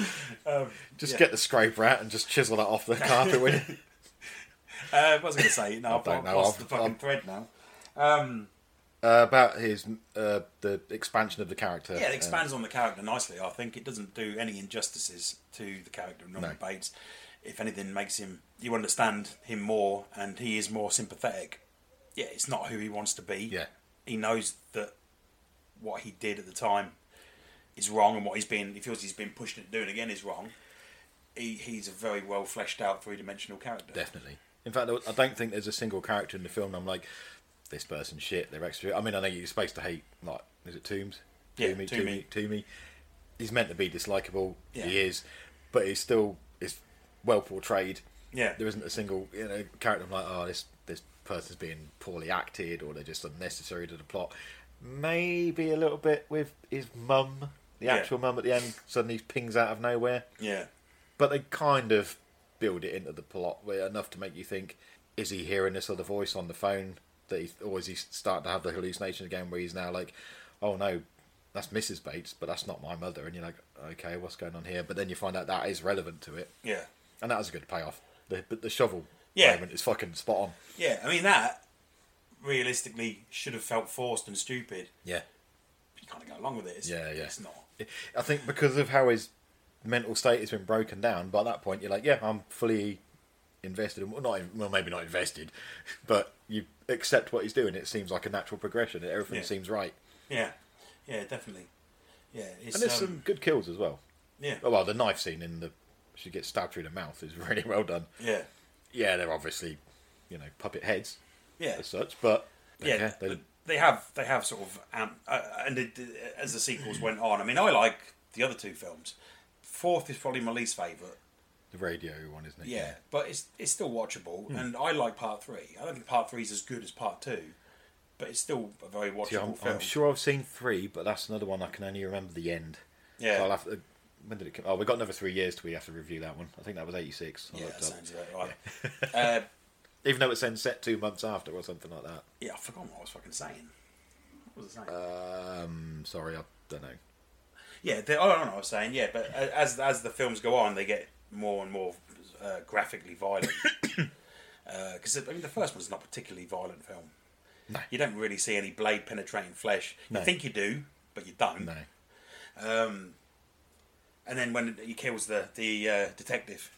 Speaker 4: just
Speaker 3: yeah.
Speaker 4: get the scraper out and just chisel that off the carpet. With it.
Speaker 3: Uh, what was I going to say? No, I've
Speaker 4: don't know.
Speaker 3: lost the
Speaker 4: I've-
Speaker 3: fucking
Speaker 4: I'm-
Speaker 3: thread now. Um,
Speaker 4: Uh, about his uh, the expansion of the character.
Speaker 3: Yeah, it
Speaker 4: Uh,
Speaker 3: expands on the character nicely. I think it doesn't do any injustices to the character of Norman Bates. If anything, makes him you understand him more, and he is more sympathetic. Yeah, it's not who he wants to be.
Speaker 4: Yeah.
Speaker 3: he knows that what he did at the time is wrong, and what he's been he feels he's been pushed into doing again is wrong. He, he's a very well fleshed out three dimensional character.
Speaker 4: definitely. In fact, I don't think there's a single character in the film. I'm like, this person's shit. They're extra. I mean, I know you're supposed to hate. Like, is it Tombs?
Speaker 3: Yeah,
Speaker 4: Toomey, Toomey,
Speaker 3: Toomey.
Speaker 4: Toomey. He's meant to be dislikable.
Speaker 3: Yeah.
Speaker 4: He is, but he's still is well portrayed.
Speaker 3: Yeah.
Speaker 4: there isn't a single you know character. I'm like, oh, this this person's being poorly acted, or they're just unnecessary to the plot. Maybe a little bit with his mum, the
Speaker 3: Yeah.
Speaker 4: actual mum at the end, suddenly pings out of nowhere
Speaker 3: Yeah,
Speaker 4: but they kind of build it into the plot where enough to make you think is he hearing this other voice on the phone that he or is he starting to have the hallucination again where he's now like oh no that's mrs bates but that's not my mother and you're like okay what's going on here but then you find out that is relevant to it
Speaker 3: yeah,
Speaker 4: and that was a good payoff the, but the shovel
Speaker 3: Yeah.
Speaker 4: moment is fucking spot on
Speaker 3: yeah. I mean that realistically should have felt forced and stupid.
Speaker 4: yeah
Speaker 3: But you kind of go along with it. It's,
Speaker 4: Yeah, yeah.
Speaker 3: It's not.
Speaker 4: i think because of how his mental state has been broken down by that point you're like yeah i'm fully invested in well, not in- well maybe not invested but you accept what he's doing it seems like a natural progression everything
Speaker 3: Yeah.
Speaker 4: seems right
Speaker 3: Yeah, yeah, definitely. Yeah, it's,
Speaker 4: and there's
Speaker 3: um,
Speaker 4: some good kills as well.
Speaker 3: Yeah.
Speaker 4: Oh well, the knife scene in the she gets stabbed through the mouth is really well done.
Speaker 3: Yeah.
Speaker 4: Yeah, they're obviously, you know, puppet heads.
Speaker 3: Yeah.
Speaker 4: As such, but they
Speaker 3: yeah,
Speaker 4: care. uh, They-
Speaker 3: but they have they have sort of amp, uh, and it, as the sequels went on, I mean, I like the other two films. Fourth is probably my least favourite.
Speaker 4: the radio one, isn't it?
Speaker 3: Yeah, but it's it's still watchable,
Speaker 4: Hmm.
Speaker 3: and I like part three. I don't think part three is as good as part two, but it's still a very watchable
Speaker 4: See, I'm,
Speaker 3: film.
Speaker 4: I'm sure I've seen three, but that's another one I can only remember the end.
Speaker 3: Yeah.
Speaker 4: So I'll have to, when did it come? Oh, we got another three years till we have to review that one. I think that was '86. I
Speaker 3: Yeah,
Speaker 4: looked
Speaker 3: that
Speaker 4: up.
Speaker 3: sounds about right.
Speaker 4: Yeah.
Speaker 3: Uh,
Speaker 4: Even though it's then set two months after or something like that.
Speaker 3: Yeah, I forgot what I was fucking saying. What was I saying?
Speaker 4: Um, sorry, I don't know.
Speaker 3: Yeah, they, oh, I don't know what I was saying. Yeah, but a- as as the films go on, they get more and more uh, graphically violent. Because I mean, the first one's not a particularly violent film.
Speaker 4: No.
Speaker 3: You don't really see any blade penetrating flesh. You
Speaker 4: No.
Speaker 3: think you do, but you don't.
Speaker 4: No.
Speaker 3: Um, and then when he kills the the uh, detective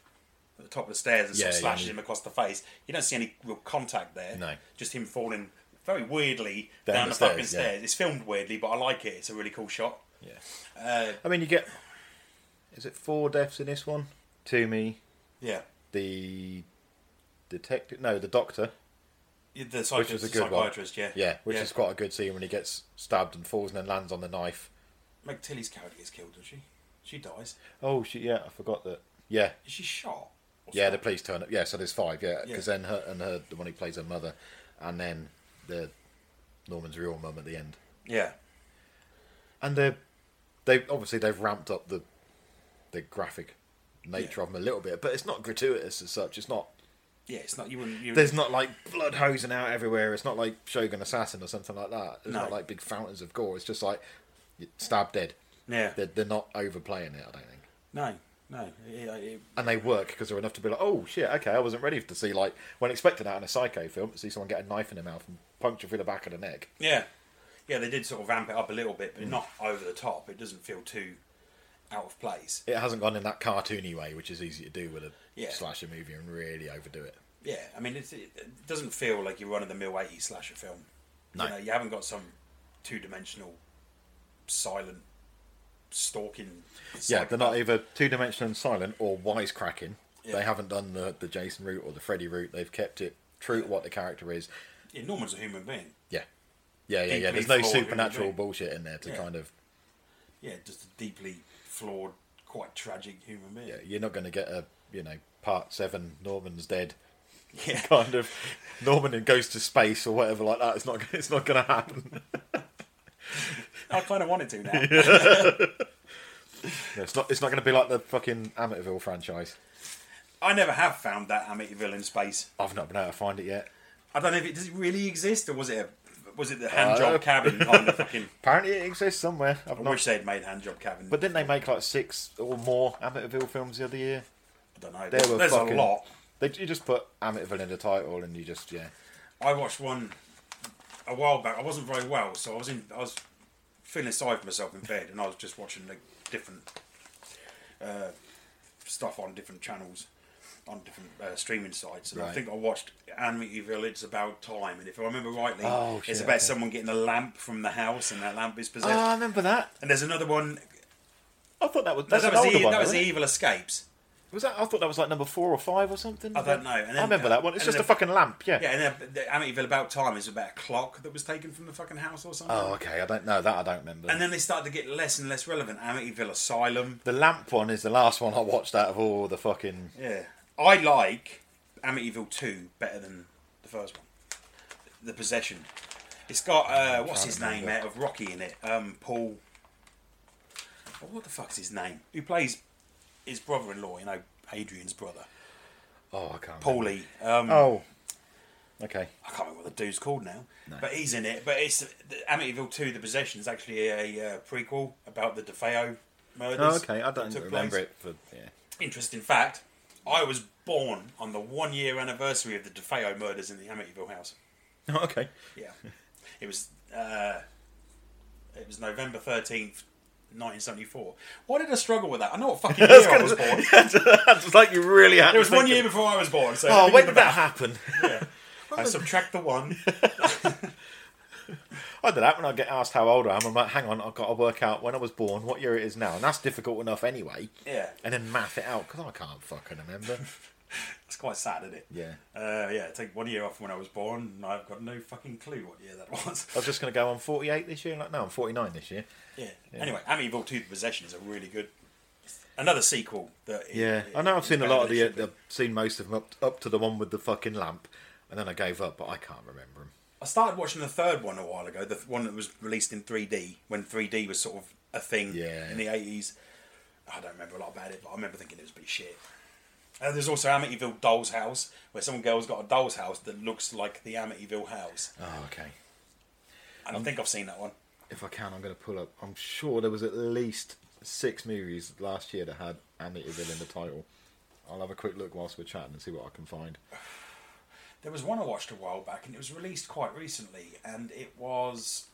Speaker 3: at the top of the stairs and sort of
Speaker 4: Yeah,
Speaker 3: slashes
Speaker 4: yeah.
Speaker 3: him across the face, you don't see any real contact there.
Speaker 4: No.
Speaker 3: Just him falling very weirdly down,
Speaker 4: Down
Speaker 3: the,
Speaker 4: the
Speaker 3: fucking
Speaker 4: stairs, yeah.
Speaker 3: stairs. It's filmed weirdly, but I like it. It's a really cool shot.
Speaker 4: Yeah.
Speaker 3: Uh,
Speaker 4: I mean, you get. Is it four deaths in this one? Toomey,
Speaker 3: yeah.
Speaker 4: the detective, no, the doctor,
Speaker 3: Yeah, The
Speaker 4: which
Speaker 3: psychiatrist,
Speaker 4: is a good
Speaker 3: psychiatrist
Speaker 4: one.
Speaker 3: yeah.
Speaker 4: yeah, which is quite a good scene when he gets stabbed and falls and then lands on the knife.
Speaker 3: Meg Tilly's character gets killed, doesn't she? She dies.
Speaker 4: Oh, she, yeah, I forgot that. Yeah,
Speaker 3: Is she shot? Or
Speaker 4: yeah, the
Speaker 3: something?
Speaker 4: police turn up. Yeah, so there's five. Yeah,
Speaker 3: Yeah.
Speaker 4: because then her and her the one who plays her mother, and then the Norman's real mum at the end,
Speaker 3: Yeah.
Speaker 4: and they they obviously they've ramped up the the graphic nature of them a little bit, but it's not gratuitous as such. It's not
Speaker 3: Yeah, it's not you wouldn't you
Speaker 4: There's not like blood hosing out everywhere. It's not like Shogun Assassin or something like that. It's
Speaker 3: No.
Speaker 4: not like big fountains of gore. It's just like you- stab dead.
Speaker 3: Yeah.
Speaker 4: They're, they're not overplaying it, I don't think.
Speaker 3: No, no. It- it-
Speaker 4: And they work because they're enough to be like, oh shit, okay, I wasn't ready to see like when expecting that in a psycho film, to see someone get a knife in their mouth and puncture through the back of the neck.
Speaker 3: yeah. Yeah, they did sort of ramp it up a little bit, but
Speaker 4: Mm.
Speaker 3: not over the top. It doesn't feel too out of place.
Speaker 4: It hasn't gone in that cartoony way, which is easy to do with a
Speaker 3: Yeah.
Speaker 4: slasher movie and really overdo it.
Speaker 3: Yeah, I mean, it's, it it doesn't feel like you're running the mill 80s slasher film.
Speaker 4: No.
Speaker 3: You, know, you haven't got some two dimensional, silent, stalking.
Speaker 4: Yeah, they're not
Speaker 3: psychopath.
Speaker 4: either two dimensional and silent or wisecracking.
Speaker 3: Yeah.
Speaker 4: They haven't done the, the Jason route or the Freddy route. They've kept it true to what the character is.
Speaker 3: Yeah, Norman's a human being.
Speaker 4: Yeah. Yeah, yeah, yeah.
Speaker 3: Deeply
Speaker 4: There's no
Speaker 3: flawed human
Speaker 4: supernatural
Speaker 3: being.
Speaker 4: bullshit in there to
Speaker 3: Yeah.
Speaker 4: kind of.
Speaker 3: Yeah, just a deeply flawed, quite tragic human being.
Speaker 4: Yeah, you're not going to get a, you know, part seven, Norman's dead.
Speaker 3: Yeah.
Speaker 4: Kind of Norman and goes to space or whatever like that. It's not. It's not going to happen.
Speaker 3: I kind of wanted to now.
Speaker 4: No, it's not. It's not going to be like the fucking Amityville franchise.
Speaker 3: I never have found that Amityville in space.
Speaker 4: I've not been able to find it yet.
Speaker 3: I don't know if it does it really exist or was it a, was it the hand
Speaker 4: Uh,
Speaker 3: job cabin kind of fucking?
Speaker 4: Apparently, it exists somewhere. I've
Speaker 3: I
Speaker 4: not.
Speaker 3: wish they'd made hand job cabin.
Speaker 4: But didn't they make like six or more Amityville films the other year?
Speaker 3: I don't know.
Speaker 4: They
Speaker 3: There's,
Speaker 4: were
Speaker 3: there's
Speaker 4: fucking-
Speaker 3: a lot.
Speaker 4: They, you just put Amityville in the title and you just yeah.
Speaker 3: I watched one a while back. I wasn't very well, so I was in. I was feeling sorry for myself in bed, and I was just watching like different uh, stuff on different channels, on different uh, streaming sites. And I
Speaker 4: Right.
Speaker 3: think I watched Amityville. It's about time, and if I remember rightly,
Speaker 4: Oh,
Speaker 3: it's
Speaker 4: shit,
Speaker 3: about
Speaker 4: okay.
Speaker 3: someone getting a lamp from the house, and that lamp is
Speaker 4: Oh,
Speaker 3: possessed.
Speaker 4: I remember that.
Speaker 3: and there's another one.
Speaker 4: I thought that was
Speaker 3: That
Speaker 4: that's
Speaker 3: was,
Speaker 4: an older
Speaker 3: the,
Speaker 4: one.
Speaker 3: that was E.
Speaker 4: wasn't
Speaker 3: the
Speaker 4: it?
Speaker 3: Evil Escapes.
Speaker 4: Was that? I thought that was like number four or five or something.
Speaker 3: I don't know. And then-
Speaker 4: I remember that one. It's
Speaker 3: and
Speaker 4: just
Speaker 3: then-
Speaker 4: a fucking lamp. Yeah.
Speaker 3: Yeah, and the, the Amityville About Time is about a clock that was taken from the fucking house or something.
Speaker 4: Oh, okay. I don't know that. I don't remember.
Speaker 3: And then they started to get less and less relevant. Amityville Asylum.
Speaker 4: the lamp one is the last one I watched out of all the fucking.
Speaker 3: Yeah. I like Amityville 2 better than the first one. The Possession. It's got, uh, what's his name out of Rocky in it? Um, Paul. Oh, what the fuck's his name? Who plays his brother in law, you know, Adrian's brother.
Speaker 4: Oh, I can't. remember.
Speaker 3: Paulie. Um,
Speaker 4: Oh. Okay.
Speaker 3: I can't remember what the dude's called now, but he's in it. But it's the Amityville 2: The Possession is actually a, uh prequel about the DeFeo murders.
Speaker 4: Oh, okay. I
Speaker 3: that
Speaker 4: don't
Speaker 3: took
Speaker 4: remember
Speaker 3: place.
Speaker 4: it for yeah.
Speaker 3: Interesting fact: I was born on the one-year anniversary of the DeFeo murders in the Amityville house.
Speaker 4: Oh, okay.
Speaker 3: Yeah, it was uh, it was November thirteenth, nineteen seventy-four. Why did I struggle with that? I know what fucking year I was born.
Speaker 4: That's like you really had.
Speaker 3: It was
Speaker 4: to
Speaker 3: one
Speaker 4: think
Speaker 3: year
Speaker 4: of-
Speaker 3: before I was born. So
Speaker 4: Oh,
Speaker 3: think
Speaker 4: when
Speaker 3: of
Speaker 4: did
Speaker 3: that.
Speaker 4: that happen?
Speaker 3: I subtract the one.
Speaker 4: I do that when I get asked how old I am. I'm like, hang on, I've got to work out when I was born, what year it is now, and that's difficult enough anyway.
Speaker 3: Yeah.
Speaker 4: And then math it out because I can't fucking remember.
Speaker 3: It's quite sad, isn't it?
Speaker 4: Yeah.
Speaker 3: Uh, yeah, take one year off when I was born, and I've got no fucking clue what year that was.
Speaker 4: I was just going to go on 48 this year. Like, no, I'm 49 this year.
Speaker 3: Yeah. Anyway, Amityville 2 The Possession is a really good. Another sequel that. it-
Speaker 4: Yeah,
Speaker 3: it-
Speaker 4: I know I've seen a
Speaker 3: it's
Speaker 4: lot of the.
Speaker 3: better than it should
Speaker 4: I've seen most of them up, up to the one with the fucking lamp, and then I gave up, but I can't remember them.
Speaker 3: be. I started watching the third one a while ago, the one that was released in 3D, when 3D was sort of a thing
Speaker 4: Yeah.
Speaker 3: in the 80s. I don't remember a lot about it, but I remember thinking it was a bit shit. And there's also Amityville Doll's House, where some girl's got a doll's house that looks like the Amityville house.
Speaker 4: Oh, okay.
Speaker 3: And I think I've seen that one.
Speaker 4: If I can, I'm going to pull up. I'm sure there was at least six movies last year that had Amityville in the title. I'll have a quick look whilst we're chatting and see what I can find.
Speaker 3: There was one I watched a while back, and it was released quite recently, and it was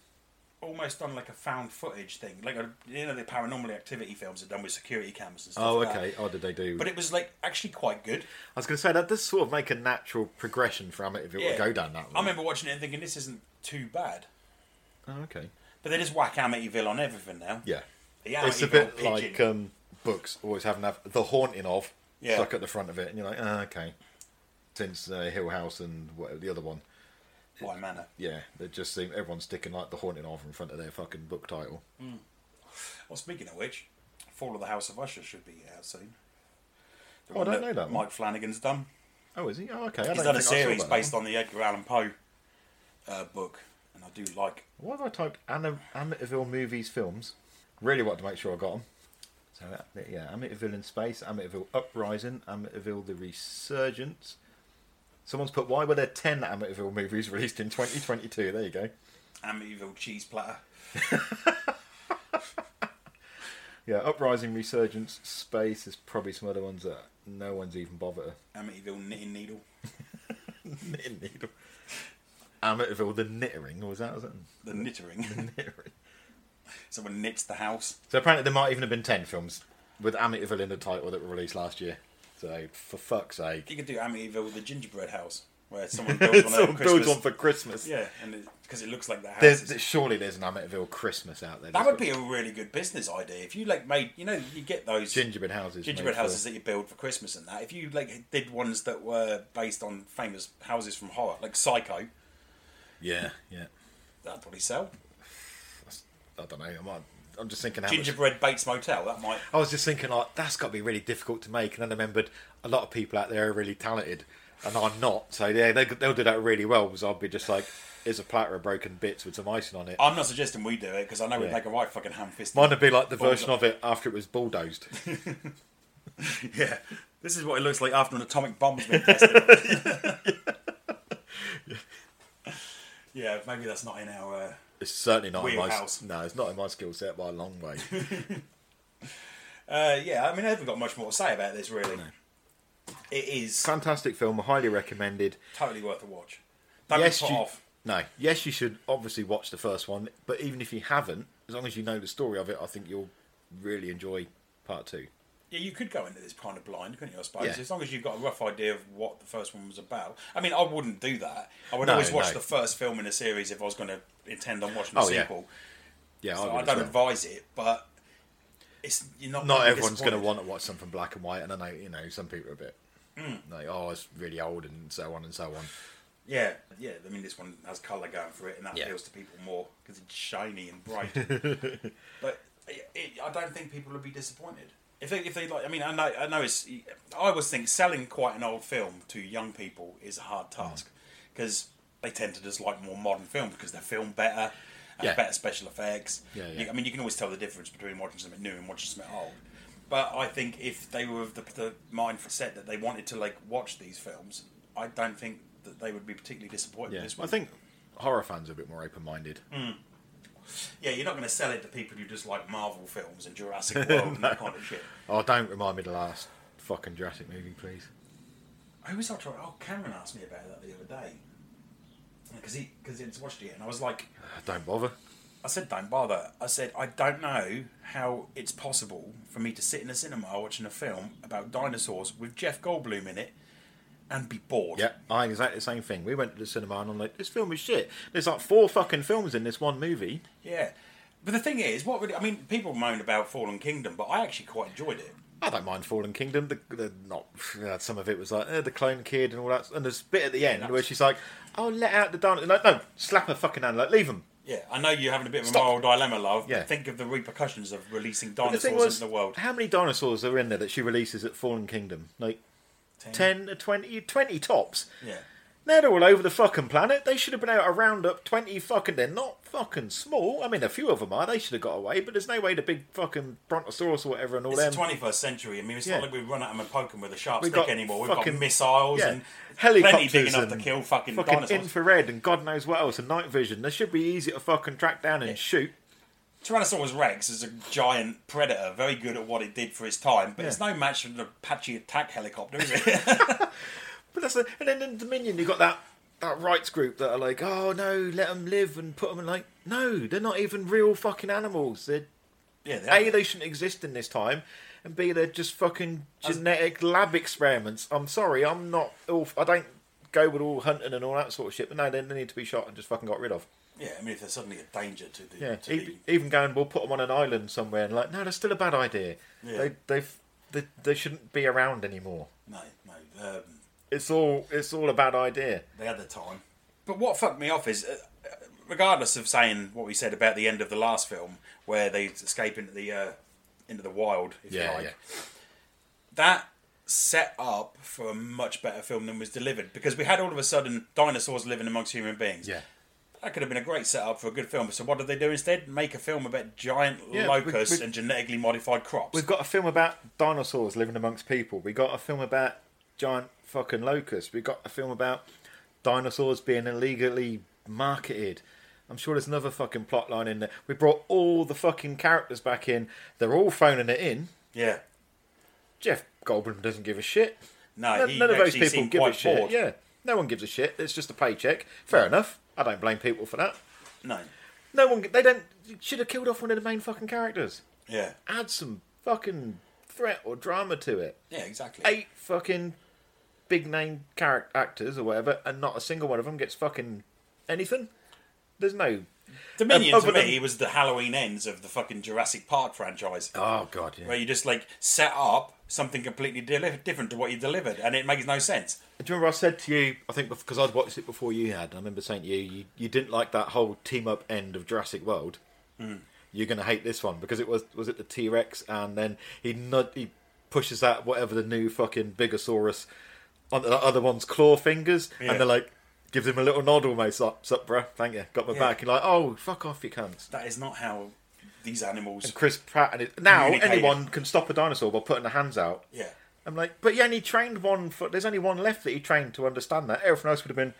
Speaker 3: almost done like a found footage thing, like a, you know the paranormal activity films are done with security cameras and stuff.
Speaker 4: Oh,
Speaker 3: like that.
Speaker 4: okay. Oh, did they do?
Speaker 3: But it was like actually quite good.
Speaker 4: I was going to say that does sort of make a natural progression for Amityville
Speaker 3: Yeah.
Speaker 4: to go down that route.
Speaker 3: I remember watching it and thinking this isn't too bad,
Speaker 4: oh, okay.
Speaker 3: but they just whack Amityville on everything now.
Speaker 4: Yeah.
Speaker 3: The
Speaker 4: it's a
Speaker 3: Amityville
Speaker 4: bit
Speaker 3: pigeon.
Speaker 4: like um, books always having to have the haunting of
Speaker 3: Yeah.
Speaker 4: stuck at the front of it, and you're like, oh, okay. Since uh, Hill House and what, the other one,
Speaker 3: Why manner?
Speaker 4: yeah, they just seem everyone's sticking like the haunting of in front of their fucking book title.
Speaker 3: Well, speaking of which, Fall of the House of Usher should be out soon. The
Speaker 4: Oh, I
Speaker 3: one
Speaker 4: don't know that one.
Speaker 3: Mike Flanagan's done.
Speaker 4: Oh, is he? Oh, okay. I
Speaker 3: He's
Speaker 4: don't
Speaker 3: done
Speaker 4: think
Speaker 3: a
Speaker 4: I saw
Speaker 3: series
Speaker 4: that
Speaker 3: based
Speaker 4: one.
Speaker 3: on the Edgar Allan Poe uh, book, and I do like
Speaker 4: Why have I typed Anna, Amityville movies films? Really want to make sure I got them. So uh, yeah, Amityville in space, Amityville Uprising, Amityville the Resurgence. Someone's put why were there ten Amityville movies released in 2022? There you go.
Speaker 3: Amityville cheese platter.
Speaker 4: Yeah, Uprising, Resurgence, Space is probably some other ones that no one's even bothered.
Speaker 3: Amityville knitting needle.
Speaker 4: Knitting needle. Amityville the knittering, or was that was it?
Speaker 3: The knittering.
Speaker 4: Knittering.
Speaker 3: Someone knits the house.
Speaker 4: So apparently there might even have been ten films with Amityville in the title that were released last year. So for fuck's sake.
Speaker 3: You could do Amityville with the gingerbread house, where someone builds on it.
Speaker 4: Someone
Speaker 3: at
Speaker 4: builds
Speaker 3: Christmas.
Speaker 4: on for Christmas.
Speaker 3: Yeah, and because it, looks like that house.
Speaker 4: There's, there- surely there's an Amityville Christmas out there.
Speaker 3: that would be a really good business idea if you like made. You know, you get those
Speaker 4: gingerbread houses.
Speaker 3: gingerbread
Speaker 4: made for-
Speaker 3: houses that you build for Christmas and that. If you like did ones that were based on famous houses from horror, like Psycho,
Speaker 4: Yeah, yeah.
Speaker 3: that'd probably sell.
Speaker 4: I don't know. I might, I'm just thinking how much-
Speaker 3: Gingerbread Bates Motel, that might.
Speaker 4: I was just thinking like that's got to be really difficult to make, and then I remembered a lot of people out there are really talented, and I'm not. So yeah, they, they'll do that really well. Because I'll be just like, here's a platter of broken bits with some icing on it.
Speaker 3: I'm not suggesting we do it because I know we'd
Speaker 4: Yeah.
Speaker 3: make a right fucking ham fist.
Speaker 4: Mine would be like the version of it after it was bulldozed.
Speaker 3: Yeah, this is what it looks like after an atomic bomb's been tested. yeah, maybe that's not in our. Uh...
Speaker 4: It's certainly not in my
Speaker 3: Wheelhouse.
Speaker 4: no, it's not in my skill set by a long way.
Speaker 3: Uh, yeah, I mean, I haven't got much more to say about this really. It is
Speaker 4: Fantastic film, highly recommended.
Speaker 3: totally worth a watch. Don't
Speaker 4: yes,
Speaker 3: be put
Speaker 4: you,
Speaker 3: off.
Speaker 4: No, yes, you should obviously watch the first one, but even if you haven't, as long as you know the story of it, I think you'll really enjoy part two.
Speaker 3: Yeah, you could go into this kind of blind, couldn't you? I suppose
Speaker 4: Yeah.
Speaker 3: as long as you've got a rough idea of what the first one was about. I mean, I wouldn't do that. I would
Speaker 4: No,
Speaker 3: always watch
Speaker 4: no.
Speaker 3: the first film in a series if I was going to intend on watching the
Speaker 4: Oh, yeah.
Speaker 3: sequel.
Speaker 4: Yeah,
Speaker 3: So
Speaker 4: would
Speaker 3: I
Speaker 4: as
Speaker 3: don't
Speaker 4: well.
Speaker 3: advise it, but it's you're not.
Speaker 4: not
Speaker 3: gonna be
Speaker 4: everyone's going to
Speaker 3: disappointed.
Speaker 4: want to watch something black and white, and I know you know some people are a bit
Speaker 3: Hmm.
Speaker 4: like, oh, it's really old and so on and so on.
Speaker 3: Yeah, yeah. I mean, this one has colour going for it, and that
Speaker 4: Yeah.
Speaker 3: appeals to people more because it's shiny and bright. but it, it, I don't think people would be disappointed if they, if they like. I mean, I know, I know. It's I always think selling quite an old film to young people is a hard
Speaker 4: Mm.
Speaker 3: task because they tend to dislike more modern films because they're filmed better. and
Speaker 4: Yeah.
Speaker 3: better special effects.
Speaker 4: Yeah, yeah.
Speaker 3: You- I mean, you can always tell the difference between watching something new and watching something old. But I think if they were of the, the mind set that they wanted to like watch these films, I don't think that they would be particularly disappointed. with
Speaker 4: Yeah,
Speaker 3: this
Speaker 4: I
Speaker 3: one. Hmm.
Speaker 4: think horror fans are a bit more open minded.
Speaker 3: Yeah, you're not going to sell it to people who just like Marvel films and Jurassic World and that kind of shit.
Speaker 4: Oh, don't remind me the last fucking Jurassic movie, please.
Speaker 3: Who was I trying? Oh, Cameron asked me about that the other day because he because he had watched it and I was like,
Speaker 4: Ah, Don't bother.
Speaker 3: I said, don't bother. I said, I don't know how it's possible for me to sit in a cinema watching a film about dinosaurs with Jeff Goldblum in it and be bored.
Speaker 4: Yeah, I had exactly the same thing. We went to the cinema and I'm like, this film is shit. There's like four fucking films in this one movie.
Speaker 3: Yeah. But the thing is, what really, I mean, people moan about Fallen Kingdom, but I actually quite enjoyed it.
Speaker 4: I don't mind Fallen Kingdom. The, the not yeah, some of it was like eh, the clone kid and all that. And there's a bit at the end where she's like, "Oh, let out the dinosaur!" Like, no, slap her fucking hand. Like, leave him.
Speaker 3: Yeah, I know you're having a bit of a
Speaker 4: Stop.
Speaker 3: moral dilemma, love.
Speaker 4: Yeah.
Speaker 3: But think of the repercussions of releasing
Speaker 4: But the
Speaker 3: dinosaurs
Speaker 4: thing was,
Speaker 3: into the world.
Speaker 4: How many dinosaurs are in there that she releases at Fallen Kingdom? Like
Speaker 3: Ten.
Speaker 4: 10 or 20, 20 tops.
Speaker 3: Yeah.
Speaker 4: They're all over the fucking planet. They should have been out to round up 20 fucking. They're not fucking small. I mean, a few of them are. They should have got away, but there's no way the big fucking Brontosaurus or whatever and all
Speaker 3: It's
Speaker 4: them.
Speaker 3: the 21st century. I mean, it's
Speaker 4: um, Yeah.
Speaker 3: not like we run at them and poke them with a sharp
Speaker 4: We've
Speaker 3: stick
Speaker 4: got
Speaker 3: anymore. We've got
Speaker 4: fucking-
Speaker 3: missiles
Speaker 4: yeah,
Speaker 3: and plenty
Speaker 4: helicopters
Speaker 3: big enough to
Speaker 4: and
Speaker 3: kill fucking,
Speaker 4: fucking
Speaker 3: dinosaurs.
Speaker 4: infrared and God knows what else and night vision. They should be easy to fucking track down and shoot.
Speaker 3: Tyrannosaurus Rex is a giant predator, very good at what it did for its time, but
Speaker 4: Yeah.
Speaker 3: it's no match for an Apache attack helicopter, is it?
Speaker 4: But that's the, and then in Dominion you got that that rights group that are like, oh no, let them live and put them in like, no, they're not even real fucking animals. They're
Speaker 3: yeah, they
Speaker 4: a
Speaker 3: are.
Speaker 4: they shouldn't exist in this time, and b they're just fucking genetic lab experiments. I'm sorry, I'm not. All, I don't go with all hunting and all that sort of shit. But no, they they need to be shot and just fucking got rid of.
Speaker 3: yeah, I mean, if they're suddenly a danger to the.
Speaker 4: Yeah,
Speaker 3: to the
Speaker 4: even, even going, we'll put them on an island somewhere, and like, no, that's still a bad idea.
Speaker 3: Yeah.
Speaker 4: They they've, they they shouldn't be around anymore.
Speaker 3: no, no. Um,
Speaker 4: It's all it's all a bad idea.
Speaker 3: they had the time. But what fucked me off is, uh, uh, regardless of saying what we said about the end of the last film, where they escape into the uh, into the wild, if
Speaker 4: Yeah,
Speaker 3: you like,
Speaker 4: yeah.
Speaker 3: that set up for a much better film than was delivered because we had all of a sudden dinosaurs living amongst human beings.
Speaker 4: Yeah.
Speaker 3: That could have been a great setup for a good film. So what did they do instead? Make a film about giant
Speaker 4: Yeah, we-
Speaker 3: locusts
Speaker 4: we-
Speaker 3: and genetically modified crops.
Speaker 4: We've got a film about dinosaurs living amongst people. We got a film about giant fucking locusts. We got a film about dinosaurs being illegally marketed. I'm sure there's another fucking plot line in there. We brought all the fucking characters back in. They're all phoning it in.
Speaker 3: yeah.
Speaker 4: Jeff Goldblum doesn't give a shit.
Speaker 3: No,
Speaker 4: None,
Speaker 3: he
Speaker 4: none of those
Speaker 3: actually
Speaker 4: people
Speaker 3: seemed
Speaker 4: give a
Speaker 3: quite
Speaker 4: shit.
Speaker 3: bored.
Speaker 4: Yeah, no one gives a shit. It's just a paycheck. Fair enough. I don't blame people for that.
Speaker 3: No.
Speaker 4: No one. They don't. Should have killed off one of the main fucking characters.
Speaker 3: Yeah.
Speaker 4: Add some fucking threat or drama to it.
Speaker 3: Yeah, exactly.
Speaker 4: Eight fucking big name character actors or whatever, and not a single one of them gets fucking anything. There's no.
Speaker 3: Dominion
Speaker 4: Um,
Speaker 3: to
Speaker 4: other
Speaker 3: me
Speaker 4: than-
Speaker 3: was the Halloween ends of the fucking Jurassic Park franchise,
Speaker 4: Oh god, yeah.
Speaker 3: where you just like set up something completely deli- different to what you delivered, and it makes no sense.
Speaker 4: Do you remember I said to you? I think because I'd watched it before you had. and I remember saying to you, you, you didn't like that whole team up end of Jurassic World.
Speaker 3: Hmm.
Speaker 4: You're going to hate this one because it was was it the T Rex and then he nud, he pushes out whatever the new fucking Bigosaurus onto the other one's claw fingers
Speaker 3: Yeah.
Speaker 4: and they're like gives him a little nod almost like sup bruh thank you got my
Speaker 3: Yeah.
Speaker 4: back you're like oh fuck off you cunts
Speaker 3: That is not how these animals.
Speaker 4: and Chris Pratt and it, now
Speaker 3: Communicated.
Speaker 4: anyone can stop a dinosaur by putting their hands out
Speaker 3: Yeah,
Speaker 4: I'm like, but he only trained one foot. There's only one left that he trained to understand that. Everything else would have been,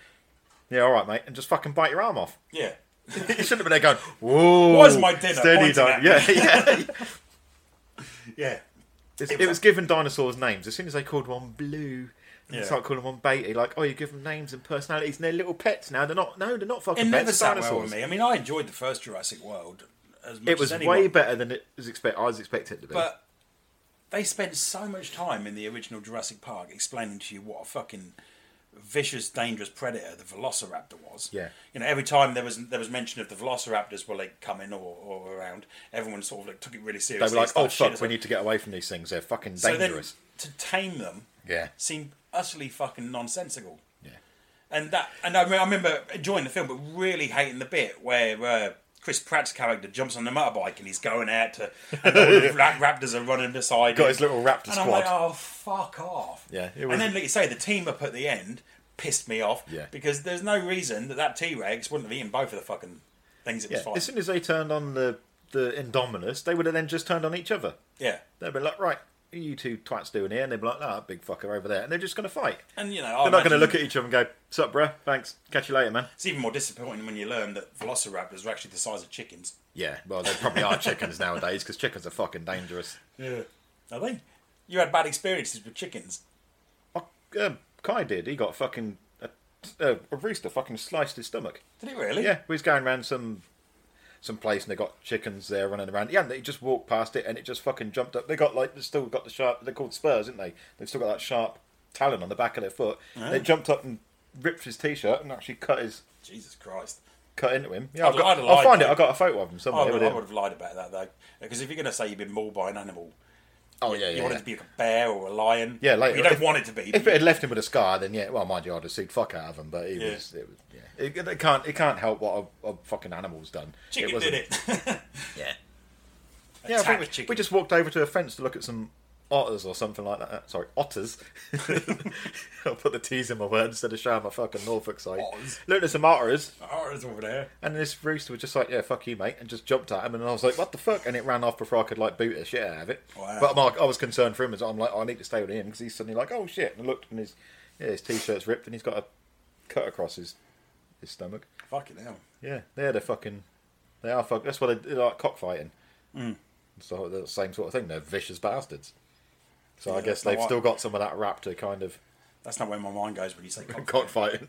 Speaker 4: yeah, all right, mate, and just fucking bite your arm off.
Speaker 3: yeah.
Speaker 4: you shouldn't have been there going, whoa.
Speaker 3: Where's my dinner? Pointing
Speaker 4: di-
Speaker 3: at me.
Speaker 4: Yeah, yeah.
Speaker 3: Yeah.
Speaker 4: It's- it was given dinosaurs names. As soon as they called one Blue, and
Speaker 3: Yeah.
Speaker 4: you start calling one Beatty, like, oh, you give them names and personalities, and they're little pets now. They're not, no, they're not fucking
Speaker 3: It
Speaker 4: pets.
Speaker 3: never
Speaker 4: they're
Speaker 3: sat well
Speaker 4: dinosaurs.
Speaker 3: with me. I mean, I enjoyed the first Jurassic World as much
Speaker 4: It was
Speaker 3: as anyone,
Speaker 4: way better than it was expect. I was expecting it to be.
Speaker 3: but they spent so much time in the original Jurassic Park explaining to you what a fucking vicious, dangerous predator the Velociraptor was.
Speaker 4: Yeah.
Speaker 3: You know, every time there was there was mention of the Velociraptors were like coming or, or around, everyone sort of like, took it really
Speaker 4: they
Speaker 3: seriously.
Speaker 4: were like,
Speaker 3: It's
Speaker 4: oh
Speaker 3: shit,
Speaker 4: fuck,
Speaker 3: it's
Speaker 4: we
Speaker 3: like-
Speaker 4: need to get away from these things. They're fucking
Speaker 3: So then
Speaker 4: dangerous.
Speaker 3: to tame them,
Speaker 4: Yeah.
Speaker 3: seemed utterly fucking nonsensical.
Speaker 4: yeah.
Speaker 3: And that, and I, re- I remember enjoying the film, but really hating the bit where uh, Chris Pratt's character jumps on the motorbike and he's going out to, and all the ra- raptors are running beside
Speaker 4: Got
Speaker 3: him.
Speaker 4: his little raptor
Speaker 3: and I'm like,
Speaker 4: squad.
Speaker 3: oh fuck off.
Speaker 4: Yeah, it was-
Speaker 3: and then like you say, the team up at the end pissed me off.
Speaker 4: Yeah.
Speaker 3: because there's no reason that that T Rex wouldn't have eaten both of the fucking things it
Speaker 4: Yeah,
Speaker 3: was fighting.
Speaker 4: as soon as they turned on the the Indominus, they would have then just turned on each other.
Speaker 3: yeah,
Speaker 4: They'd be like, right, what are you two twats doing here? And they'd be like, ah, big fucker over there. And they're just going to fight.
Speaker 3: and you know,
Speaker 4: they're not going to look at each other and go, sup, bruh, thanks, catch you later, man.
Speaker 3: It's even more disappointing when you learn that velociraptors are actually the size of chickens.
Speaker 4: Yeah, well, they probably are chickens nowadays because chickens are fucking dangerous.
Speaker 3: Yeah, are they? You had bad experiences with chickens.
Speaker 4: Uh, Um, Kai did. He got fucking. A, uh, a rooster fucking sliced his stomach.
Speaker 3: Did it really?
Speaker 4: Yeah, we was going around some some place and they got chickens there running around. Yeah, and they just walked past it and it just fucking jumped up. They got like they still got the sharp. They're called spurs, didn't they? They've still got that sharp talon on the back of their foot.
Speaker 3: Yeah.
Speaker 4: They jumped up and ripped his t-shirt and actually cut his
Speaker 3: Jesus Christ.
Speaker 4: cut into him. Yeah,
Speaker 3: I'd-
Speaker 4: I've got,
Speaker 3: I'd
Speaker 4: I'll
Speaker 3: like
Speaker 4: find it.
Speaker 3: to.
Speaker 4: I got a photo of him somewhere.
Speaker 3: I would,
Speaker 4: with him.
Speaker 3: I would have lied about that though, because if you're going to say you've been mauled by an animal,
Speaker 4: oh yeah,
Speaker 3: you
Speaker 4: yeah,
Speaker 3: want
Speaker 4: yeah.
Speaker 3: it to be like a bear or a lion.
Speaker 4: Yeah, later.
Speaker 3: you don't
Speaker 4: if,
Speaker 3: want it to be.
Speaker 4: If it had left him with a scar, then yeah. Well, mind you, I'd have sued fuck out of him. But he
Speaker 3: Yeah.
Speaker 4: was. It was. Yeah. It, it can't. It can't help what a, a fucking animal's done.
Speaker 3: chicken
Speaker 4: wasn't-
Speaker 3: did it. yeah.
Speaker 4: Yeah, I
Speaker 3: Attack
Speaker 4: think we,
Speaker 3: chicken.
Speaker 4: we just walked over to a fence to look at some otters or something like that. Uh, Sorry, otters. I'll put the T's in my word instead of showing my fucking Norfolk side.
Speaker 3: Otters.
Speaker 4: Looked at some otters,
Speaker 3: Oh, it's over there.
Speaker 4: and this rooster was just like, "Yeah, fuck you, mate," and just jumped at him. And I was like, "What the fuck?" And it ran off before I could like boot the shit out of it.
Speaker 3: Wow.
Speaker 4: But I'm like, I was concerned for him, as I'm like, I need to stay with him because he's suddenly like, "Oh shit!" And I looked, and his yeah, his t-shirt's ripped, and he's got a cut across his his stomach.
Speaker 3: Fucking hell.
Speaker 4: Yeah, they're the fucking. They are fuck. That's what they they like cockfighting.
Speaker 3: Mm.
Speaker 4: So the same sort of thing. They're vicious bastards. So I
Speaker 3: Yeah,
Speaker 4: guess
Speaker 3: that's not
Speaker 4: they've
Speaker 3: what-
Speaker 4: still got some of that rap to kind of
Speaker 3: That's not where my mind goes when you say cock.
Speaker 4: cockfighting.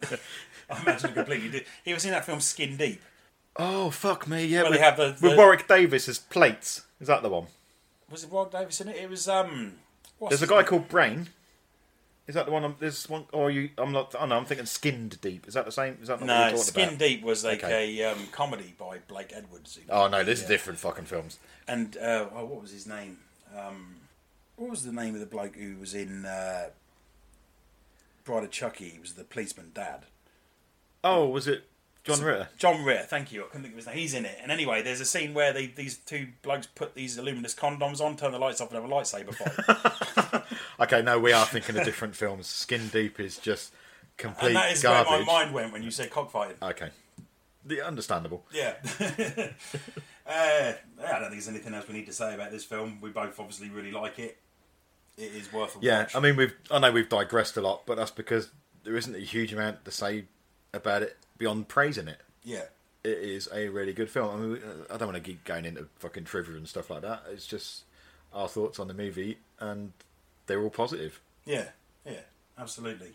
Speaker 3: I imagine it completely. Did. He was in that film Skin Deep.
Speaker 4: oh fuck me! Yeah,
Speaker 3: Well,
Speaker 4: with,
Speaker 3: they have the-
Speaker 4: with
Speaker 3: the-
Speaker 4: Warwick Davis as plates. Is that the one?
Speaker 3: Was it Rod Davis in it? It was um. What's
Speaker 4: There's a
Speaker 3: his
Speaker 4: guy
Speaker 3: name?
Speaker 4: called Brain. Is that the one? I'm, there's one. Or you? I'm not. Oh no, I'm thinking Skinned Deep. Is that the same? Is that not what
Speaker 3: No,
Speaker 4: you're talking
Speaker 3: Skin
Speaker 4: about?
Speaker 3: Deep was like
Speaker 4: Okay.
Speaker 3: a um, comedy by Blake Edwards.
Speaker 4: Oh no, this is different fucking films.
Speaker 3: And uh, oh, what was his name? Um, what was the name of the bloke who was in uh, Bride of Chucky? He was the policeman dad.
Speaker 4: Oh, was it John Ritter?
Speaker 3: John Ritter, thank you. I couldn't think of his name. He's in it. And anyway, there's a scene where they, these two blokes put these luminous condoms on, turn the lights off, and have a lightsaber fight.
Speaker 4: Okay, no, we are thinking of different films. Skin Deep is just complete
Speaker 3: and that is
Speaker 4: garbage.
Speaker 3: where my mind went when you said cockfighting.
Speaker 4: Okay, the understandable.
Speaker 3: Yeah. uh, I don't think there's anything else we need to say about this film. We both obviously really like it. It is worth a
Speaker 4: Yeah,
Speaker 3: watch.
Speaker 4: I mean, we've I know we've digressed a lot, but that's because there isn't a huge amount to say about it beyond praising it.
Speaker 3: yeah.
Speaker 4: It is a really good film. I mean, uh, I don't want to keep going into fucking trivia and stuff like that. It's just our thoughts on the movie, and they're all positive.
Speaker 3: Yeah, yeah, absolutely.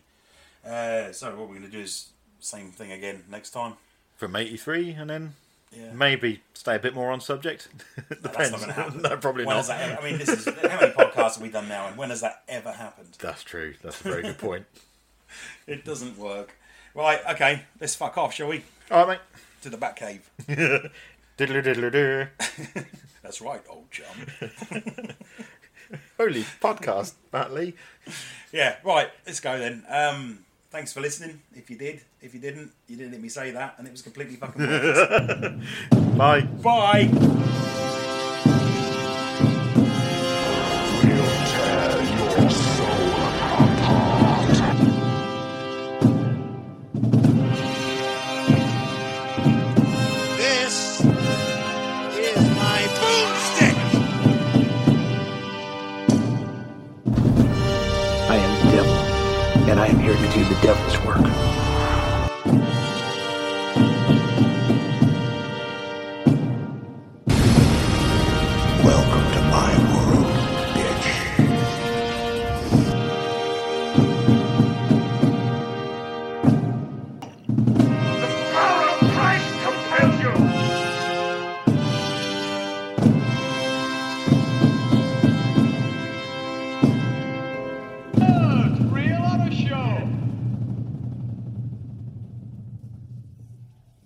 Speaker 3: Uh, so what we're going to do is same thing again next time.
Speaker 4: From '83, and then
Speaker 3: Yeah.
Speaker 4: maybe stay a bit more on subject.
Speaker 3: That's
Speaker 4: Depends.
Speaker 3: not going to happen.
Speaker 4: no, probably
Speaker 3: when
Speaker 4: not.
Speaker 3: has that ever- I mean, this is how many podcasts have we done now, and when has that ever happened?
Speaker 4: That's true. That's a very good point.
Speaker 3: It doesn't work. Right, okay, let's fuck off, shall we?
Speaker 4: All right,
Speaker 3: To the back cave.
Speaker 4: mate. Diddler diddler do.
Speaker 3: That's right, old chum.
Speaker 4: Holy podcast, Matt Lee.
Speaker 3: Yeah, right, let's go then. Um, thanks for listening. If you did, if you didn't, you didn't let me say that, and it was completely fucking worth it.
Speaker 4: Bye.
Speaker 3: Bye.
Speaker 12: This is my boomstick.
Speaker 13: I am the devil, and I am here to do the devil's work.